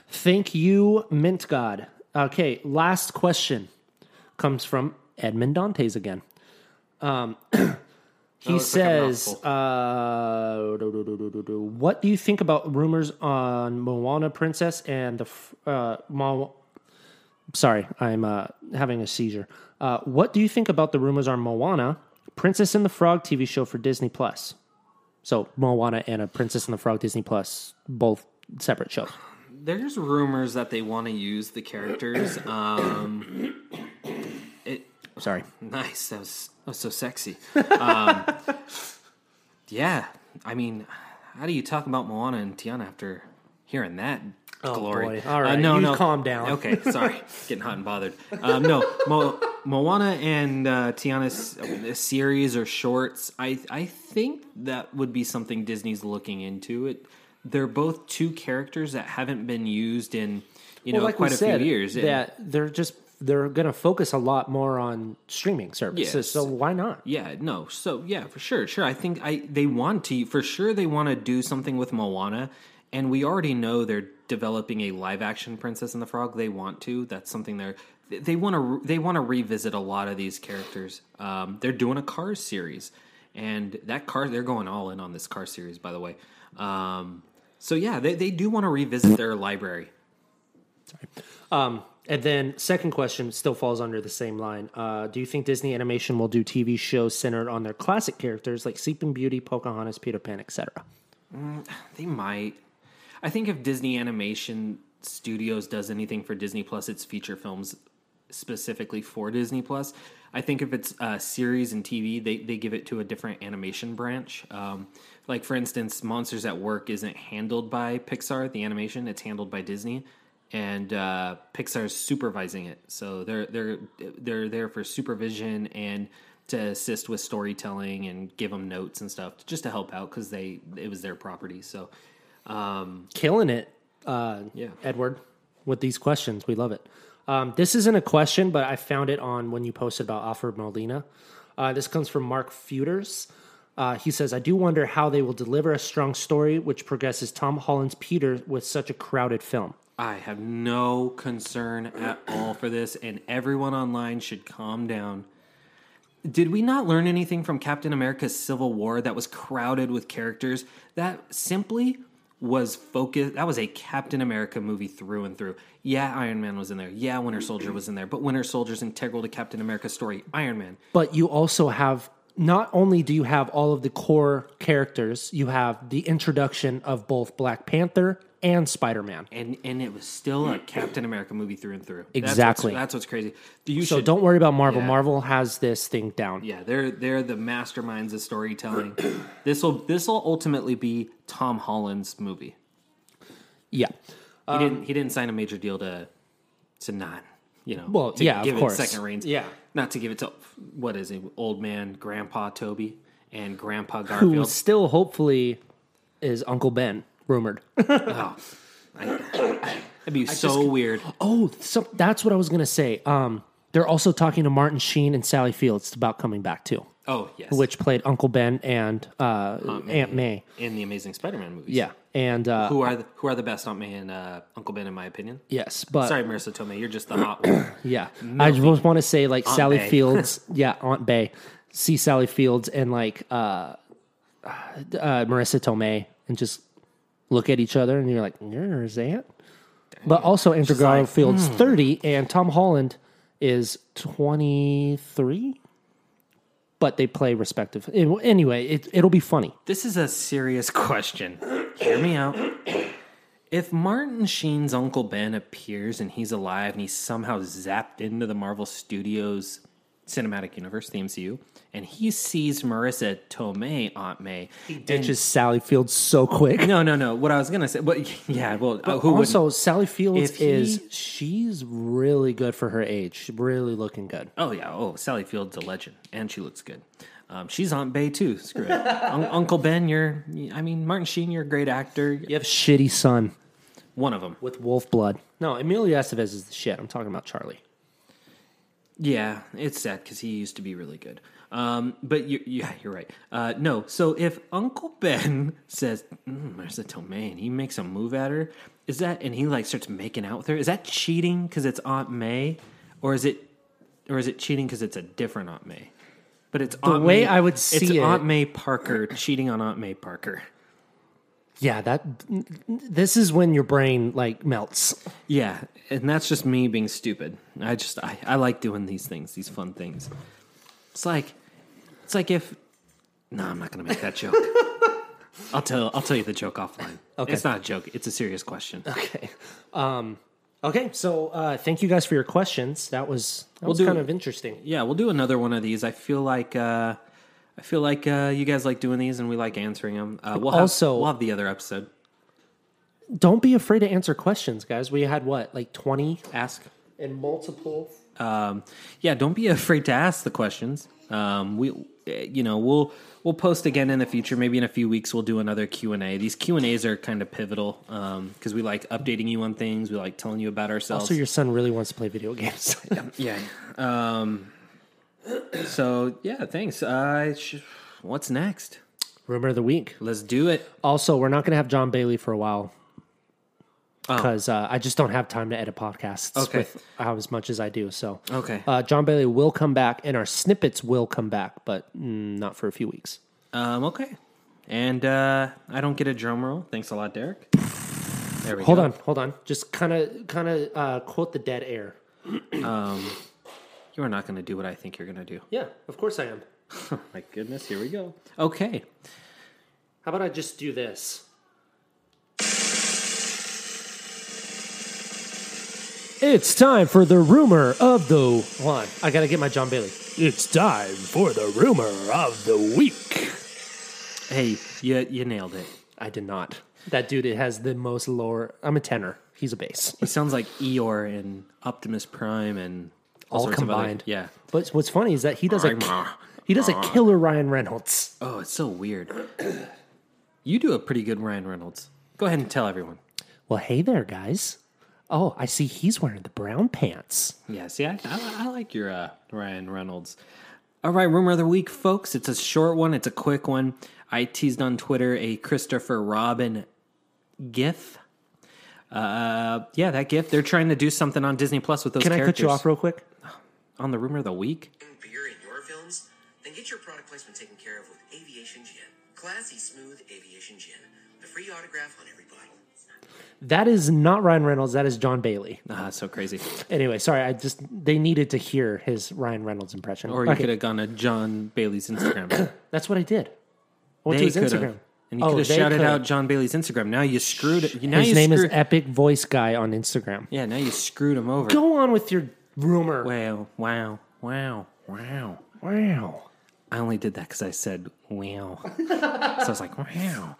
Speaker 3: Thank you, Mint God. Okay, last question comes from Edmond Dantes again. Um, (clears throat) he
Speaker 2: looks like a
Speaker 3: says,
Speaker 2: mouthful.
Speaker 3: uh, do, do, do, do, do, do. "What do you think about rumors on Moana Princess and the f- uh, Mo- Sorry, I'm uh, having a seizure. Uh, what do you think about the rumors on Moana, Princess and the Frog TV show for Disney Plus? So Moana and a Princess and the Frog Disney Plus, both separate shows.
Speaker 2: There's rumors that they want to use the characters. Um, it,
Speaker 3: Sorry."
Speaker 2: Nice. That was, that was so sexy. Um, (laughs) yeah. I mean, how do you talk about Moana and Tiana after hearing that glory?
Speaker 3: Oh,
Speaker 2: Uh,
Speaker 3: boy. All right, you calm down.
Speaker 2: Okay.
Speaker 3: (laughs)
Speaker 2: Sorry. Getting hot and bothered. Um, no. Mo- Moana and uh, Tiana's uh, series or shorts. I I think that would be something Disney's looking into. It. They're both two characters that haven't been used in you know
Speaker 3: Well, like
Speaker 2: quite
Speaker 3: we
Speaker 2: a
Speaker 3: said,
Speaker 2: few years. and-
Speaker 3: that they're just they're going to focus a lot more on streaming services.
Speaker 2: Yes.
Speaker 3: So why not?
Speaker 2: Yeah, no. So yeah, for sure, sure. I think I they want to for sure they want to do something with Moana, and we already know they're developing a live action Princess and the Frog. They want to. That's something they're they want to they want to revisit a lot of these characters. Um, they're doing a Cars series, and that car they're going all in on this car series. By the way, um, so yeah, they they do want to revisit their library.
Speaker 3: Um, and then second question still falls under the same line. Uh, do you think Disney Animation will do TV shows centered on their classic characters like Sleeping Beauty, Pocahontas, Peter Pan, etc.?
Speaker 2: They might. I think if Disney Animation Studios does anything for Disney Plus, it's feature films specifically for Disney Plus. I think if it's a series and TV, they, they give it to a different animation branch. Um, like for instance, Monsters at Work isn't handled by Pixar, the animation; it's handled by Disney, and uh, Pixar's supervising it. So they're they're they're there for supervision and to assist with storytelling and give them notes and stuff, just to help out because they it was their property. So um,
Speaker 3: Killing it, uh,
Speaker 2: yeah,
Speaker 3: Edward, with these questions. We love it. Um, this isn't a question, but I found it on when you posted about Alfred Molina. Uh, this comes from Mark Feuders. Uh, he says, I do wonder how they will deliver a strong story which progresses Tom Holland's Peter with such a crowded film.
Speaker 2: I have no concern at all for this, and everyone online should calm down. Did we not learn anything from Captain America's Civil War that was crowded with characters that simply was focused? That was a Captain America movie through and through. Yeah, Iron Man was in there. Yeah, Winter Soldier was in there. But Winter Soldier's integral to Captain America's story. Iron Man.
Speaker 3: But you also have not only do you have all of the core characters, you have the introduction of both Black Panther and Spider Man.
Speaker 2: And and it was still a Captain America movie through and through. That's
Speaker 3: Exactly.
Speaker 2: what's- That's what's, crazy. You
Speaker 3: So
Speaker 2: should-
Speaker 3: don't worry about Marvel.
Speaker 2: Yeah.
Speaker 3: Marvel has this thing down.
Speaker 2: Yeah, they're they're the masterminds of storytelling. (clears throat) this will this will ultimately be Tom Holland's movie.
Speaker 3: Yeah.
Speaker 2: He
Speaker 3: Um,
Speaker 2: didn't he didn't sign a major deal to to not you know
Speaker 3: Well,
Speaker 2: to
Speaker 3: yeah, of
Speaker 2: give
Speaker 3: course.
Speaker 2: it second reins
Speaker 3: Yeah.
Speaker 2: not to give it to what is it old man Grandpa Toby and Grandpa
Speaker 3: Who
Speaker 2: Garfield.
Speaker 3: still hopefully is Uncle Ben,
Speaker 2: (laughs)
Speaker 3: rumored.
Speaker 2: oh, I,
Speaker 3: (coughs)
Speaker 2: that'd be so weird.
Speaker 3: oh, so that's what I was going to say. Um, they're also talking to Martin Sheen and Sally Fields about coming back too,
Speaker 2: Oh yes,
Speaker 3: which played Uncle Ben and uh, Aunt May.
Speaker 2: in the Amazing Spider-Man movies.
Speaker 3: Yeah. And uh,
Speaker 2: Who are the, who are the best Aunt May and uh, Uncle Ben in my opinion?
Speaker 3: yes, but
Speaker 2: Sorry, Marissa Tomei, you're just the hot one.
Speaker 3: Yeah. I just want to say like
Speaker 2: Aunt
Speaker 3: Sally
Speaker 2: Bay. (laughs)
Speaker 3: Fields. yeah, Aunt Bay. See Sally Fields and like uh, uh Marissa Tomei and just look at each other and you're like, "There's Aunt." But also Andrew Garfield's
Speaker 2: "Hmm."
Speaker 3: 30 and Tom Holland is 23. But they play respective. An- Anyway, it, it'll be funny.
Speaker 2: This is a serious (laughs) question. Hear me out. If Martin Sheen's Uncle Ben appears and he's alive and he's somehow zapped into the Marvel Studios cinematic universe, the MCU, and he sees Marissa Tomei, Aunt May, he
Speaker 3: It's just Sally Fields so quick.
Speaker 2: No, no, no. What I was gonna say, but yeah, well, (laughs) uh, who would?
Speaker 3: also, Sally Fields
Speaker 2: If he-
Speaker 3: is she's really good for her age. She's really looking good.
Speaker 2: Oh yeah. Oh, Sally Field's a legend, and she looks good. Um, she's Aunt Bay too. Screw it, Un- Uncle Ben. You're, I mean, Martin Sheen. You're a great actor.
Speaker 3: You have shitty son
Speaker 2: One of them.
Speaker 3: with wolf blood. No, Emilio Estevez is the shit. I'm talking about Charlie.
Speaker 2: Yeah, it's sad because he used to be really good. Um, but you, yeah, you're right. Uh, no, so if Uncle (laughs) Ben says, mm, "Marissa Tomei," and he makes a move at her, is that and he like starts making out with her? Is that cheating because it's Aunt May, or is it, or is it cheating because it's a different Aunt May? But it's the Aunt
Speaker 3: way
Speaker 2: May,
Speaker 3: I would
Speaker 2: it's
Speaker 3: see it-
Speaker 2: Aunt May Parker cheating on Aunt May Parker.
Speaker 3: Yeah, that this is when your brain like melts.
Speaker 2: Yeah, and that's just me being stupid. I just I, I like doing these things, these fun things. It's like it's like if no, I'm not gonna make that
Speaker 3: (laughs)
Speaker 2: joke. I'll tell I'll tell you the joke offline.
Speaker 3: Okay.
Speaker 2: It's not a joke, it's a serious question.
Speaker 3: Okay. Um okay, so uh thank you guys for your questions. That was that was
Speaker 2: do-
Speaker 3: kind of interesting.
Speaker 2: Yeah, we'll do another one of these. I feel like uh I feel like uh, you guys like doing these and we like answering them. Uh, we'll have,
Speaker 3: Also-
Speaker 2: we'll have the other episode.
Speaker 3: Don't be afraid to answer questions, guys. We had what? Like 20
Speaker 2: Ask.
Speaker 3: and multiple
Speaker 2: um, yeah, don't be (laughs) afraid to ask the questions. Um, we, eh, you know, we'll we'll post again in the future. Maybe in a few weeks, we'll do another Q and A. These Q and As are kind of pivotal because we like updating you on things. We like telling you about ourselves.
Speaker 3: Also your son really wants to play video (laughs) games.
Speaker 2: yeah. Um, so yeah, thanks. Uh, sh- what's next?
Speaker 3: Rumor of the week.
Speaker 2: Let's do it.
Speaker 3: Also, we're not going to have John Bailey for a while because uh, I just don't have time to edit podcasts
Speaker 2: Okay.
Speaker 3: with how as much as I do. So,
Speaker 2: Okay.
Speaker 3: uh, John Bailey will come back, and our snippets will come back, but mm, not for a few weeks.
Speaker 2: Um, okay. And uh, I don't get a drum roll. Thanks a lot, Derek. There we
Speaker 3: Hold
Speaker 2: go.
Speaker 3: on, hold on. Just kind of, kind of uh, quote the dead air.
Speaker 2: You are not going to do what I think you're going to do. (laughs) Oh
Speaker 3: Yeah, of course I am.
Speaker 2: My goodness, here we go. Okay.
Speaker 3: How about I just do this? It's time for the rumor of the. Hold on, I gotta get my John Bailey. It's time for the rumor of the week.
Speaker 2: Hey, you, you nailed it.
Speaker 3: I did not. That dude it has the most lower. I'm a tenor. He's a bass.
Speaker 2: He sounds like Eeyore and Optimus Prime and
Speaker 3: All
Speaker 2: sorts of other-
Speaker 3: combined.
Speaker 2: yeah.
Speaker 3: But what's funny is that he does a ki- he does a
Speaker 2: Ah.
Speaker 3: killer Ryan Reynolds.
Speaker 2: Oh, it's so weird. you do a pretty good Ryan Reynolds. Go ahead and tell everyone.
Speaker 3: Well, hey there, guys. Oh, I see he's wearing the brown pants.
Speaker 2: Yeah, see, I, I, I like your uh, Ryan Reynolds. All right, rumor of the week, folks. It's a short one, it's a quick one. I teased on Twitter a Christopher Robin gif. Uh, yeah, that gif. They're trying to do something on Disney Plus with those
Speaker 3: Can I
Speaker 2: characters.
Speaker 3: cut you off real quick?
Speaker 2: on the rumor of the week?
Speaker 5: beer in your films? Then get your product placement taken care of with Aviation Gin. Classy, smooth Aviation Gin. The free autograph on every bottle.
Speaker 3: That is not Ryan Reynolds. That is John Bailey.
Speaker 2: Ah, so crazy.
Speaker 3: Anyway, sorry. I just they needed to hear his Ryan Reynolds impression.
Speaker 2: Or you
Speaker 3: Okay,
Speaker 2: could have gone to John Bailey's (clears throat) Instagram.
Speaker 3: that's what I did. I went
Speaker 2: They
Speaker 3: to his
Speaker 2: could've.
Speaker 3: Instagram.
Speaker 2: And you
Speaker 3: Oh,
Speaker 2: could have
Speaker 3: they
Speaker 2: shouted
Speaker 3: could've.
Speaker 2: out John Bailey's Instagram. Now you screwed it. Now
Speaker 3: His
Speaker 2: you
Speaker 3: name is
Speaker 2: screwed-
Speaker 3: Epic Voice Guy on Instagram.
Speaker 2: Yeah, now you screwed him over.
Speaker 3: Go on with your rumor.
Speaker 2: Wow, wow, wow, wow.
Speaker 3: Wow.
Speaker 2: I only did that because I said wow. (laughs) so I was like, wow.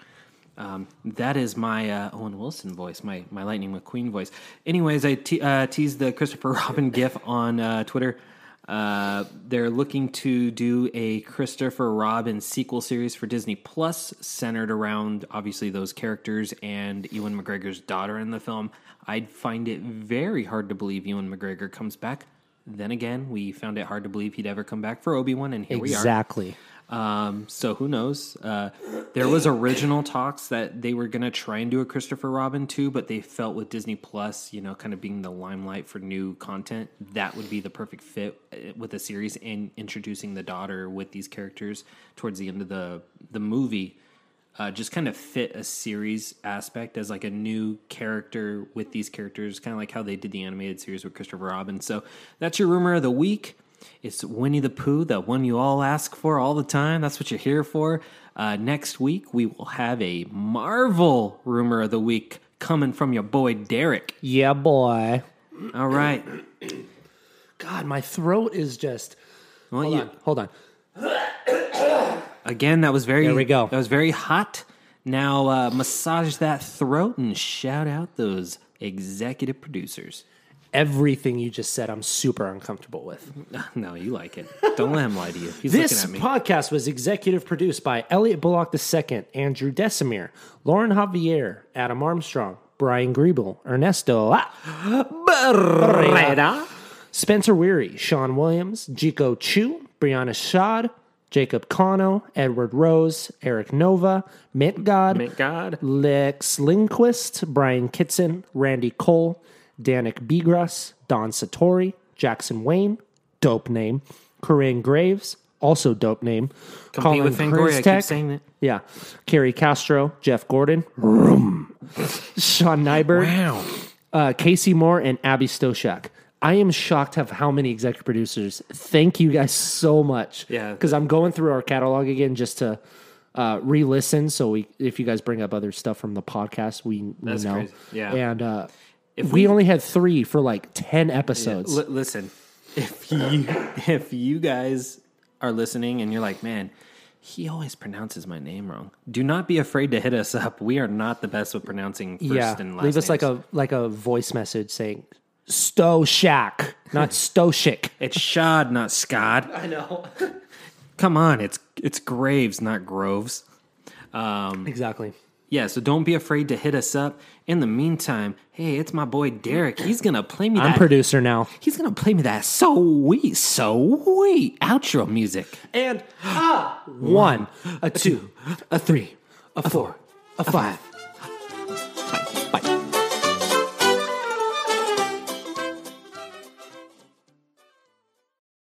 Speaker 2: Um, that is my uh, Owen Wilson voice, my, my Lightning McQueen voice. Anyways, I te- uh, teased the Christopher (laughs) Robin GIF on uh, Twitter. Uh, they're looking to do a Christopher Robin sequel series for Disney Plus, centered around obviously those characters and Ewan McGregor's daughter in the film. I'd find it very hard to believe Ewan McGregor comes back. Then again, we found it hard to believe he'd ever come back for Obi Wan, and here we are.
Speaker 3: Exactly.
Speaker 2: Um, so who knows? Uh, there was original talks that they were going to try and do a Christopher Robin too, but they felt with Disney Plus, you know, kind of being the limelight for new content, that would be the perfect fit uh, with a series and introducing the daughter with these characters towards the end of the the movie. Uh, just kind of fit a series aspect as like a new character with these characters, kind of like how they did the animated series with Christopher Robin. So that's your rumor of the week. It's Winnie the Pooh, the one you all ask for all the time. That's what you're here for. Uh, next week, we will have a Marvel rumor of the week coming from your boy Derek.
Speaker 3: Yeah, boy.
Speaker 2: All right.
Speaker 3: God, my throat is just.
Speaker 2: Well,
Speaker 3: Hold
Speaker 2: you-
Speaker 3: on. Hold on.
Speaker 2: Again, that was very.
Speaker 3: There we go.
Speaker 2: That was very hot. Now uh, massage that throat and shout out those executive producers.
Speaker 3: Everything you just said, I'm super uncomfortable with.
Speaker 2: (laughs) No, you like it. Don't let him lie to you. He's
Speaker 3: This
Speaker 2: looking at me.
Speaker 3: podcast was executive produced by Elliot Bullock II, Andrew Desimir, Lauren Javier, Adam Armstrong, Brian Griebel, Ernesto La- Barrera, Spencer Weary, Sean Williams, Jico Chu, Brianna Shad, Jacob Cano, Edward Rose, Eric Nova, Mint God,
Speaker 2: Thank God.
Speaker 3: Lex Lindquist, Brian Kitson, Randy Cole, Danik Bigras, Don Satori, Jackson Wayne, dope name, Corinne Graves, also dope name,
Speaker 2: Compete with Fangoria. I keep
Speaker 3: Kriztek,
Speaker 2: saying that.
Speaker 3: yeah, Kerry Castro, Jeff Gordon, Vroom. Sean Nyberg,
Speaker 2: Wow.
Speaker 3: uh, Casey Moore, and Abby Stoshak. I am shocked of how many executive producers. Thank you guys so much.
Speaker 2: Yeah.
Speaker 3: because I'm going through our catalog again just to uh, re-listen. So we, if you guys bring up other stuff from the podcast, we, we
Speaker 2: That's
Speaker 3: know.
Speaker 2: crazy. Yeah.
Speaker 3: and uh,
Speaker 2: If
Speaker 3: we,
Speaker 2: we-
Speaker 3: only had three for like ten episodes.
Speaker 2: L- listen, if you (laughs) if you guys are listening and you're like, man, he always pronounces my name wrong. Do not be afraid to hit us up. We are not the best with pronouncing first
Speaker 3: yeah,
Speaker 2: and last.
Speaker 3: leave us like
Speaker 2: names.
Speaker 3: a like a voice message saying Stoshak,
Speaker 2: (laughs)
Speaker 3: not Stoshik.
Speaker 2: It's Shad, not Scott. I know. (laughs) Come on, it's it's Graves, not Groves.
Speaker 3: Exactly.
Speaker 2: Yeah, so don't be afraid to hit us up. In the meantime, hey, it's my boy Derek. He's gonna play me.
Speaker 3: I'm
Speaker 2: that,
Speaker 3: producer now.
Speaker 2: He's gonna play me that sweet, sweet outro music.
Speaker 3: uh, And a one, a two, a three, a four, a five,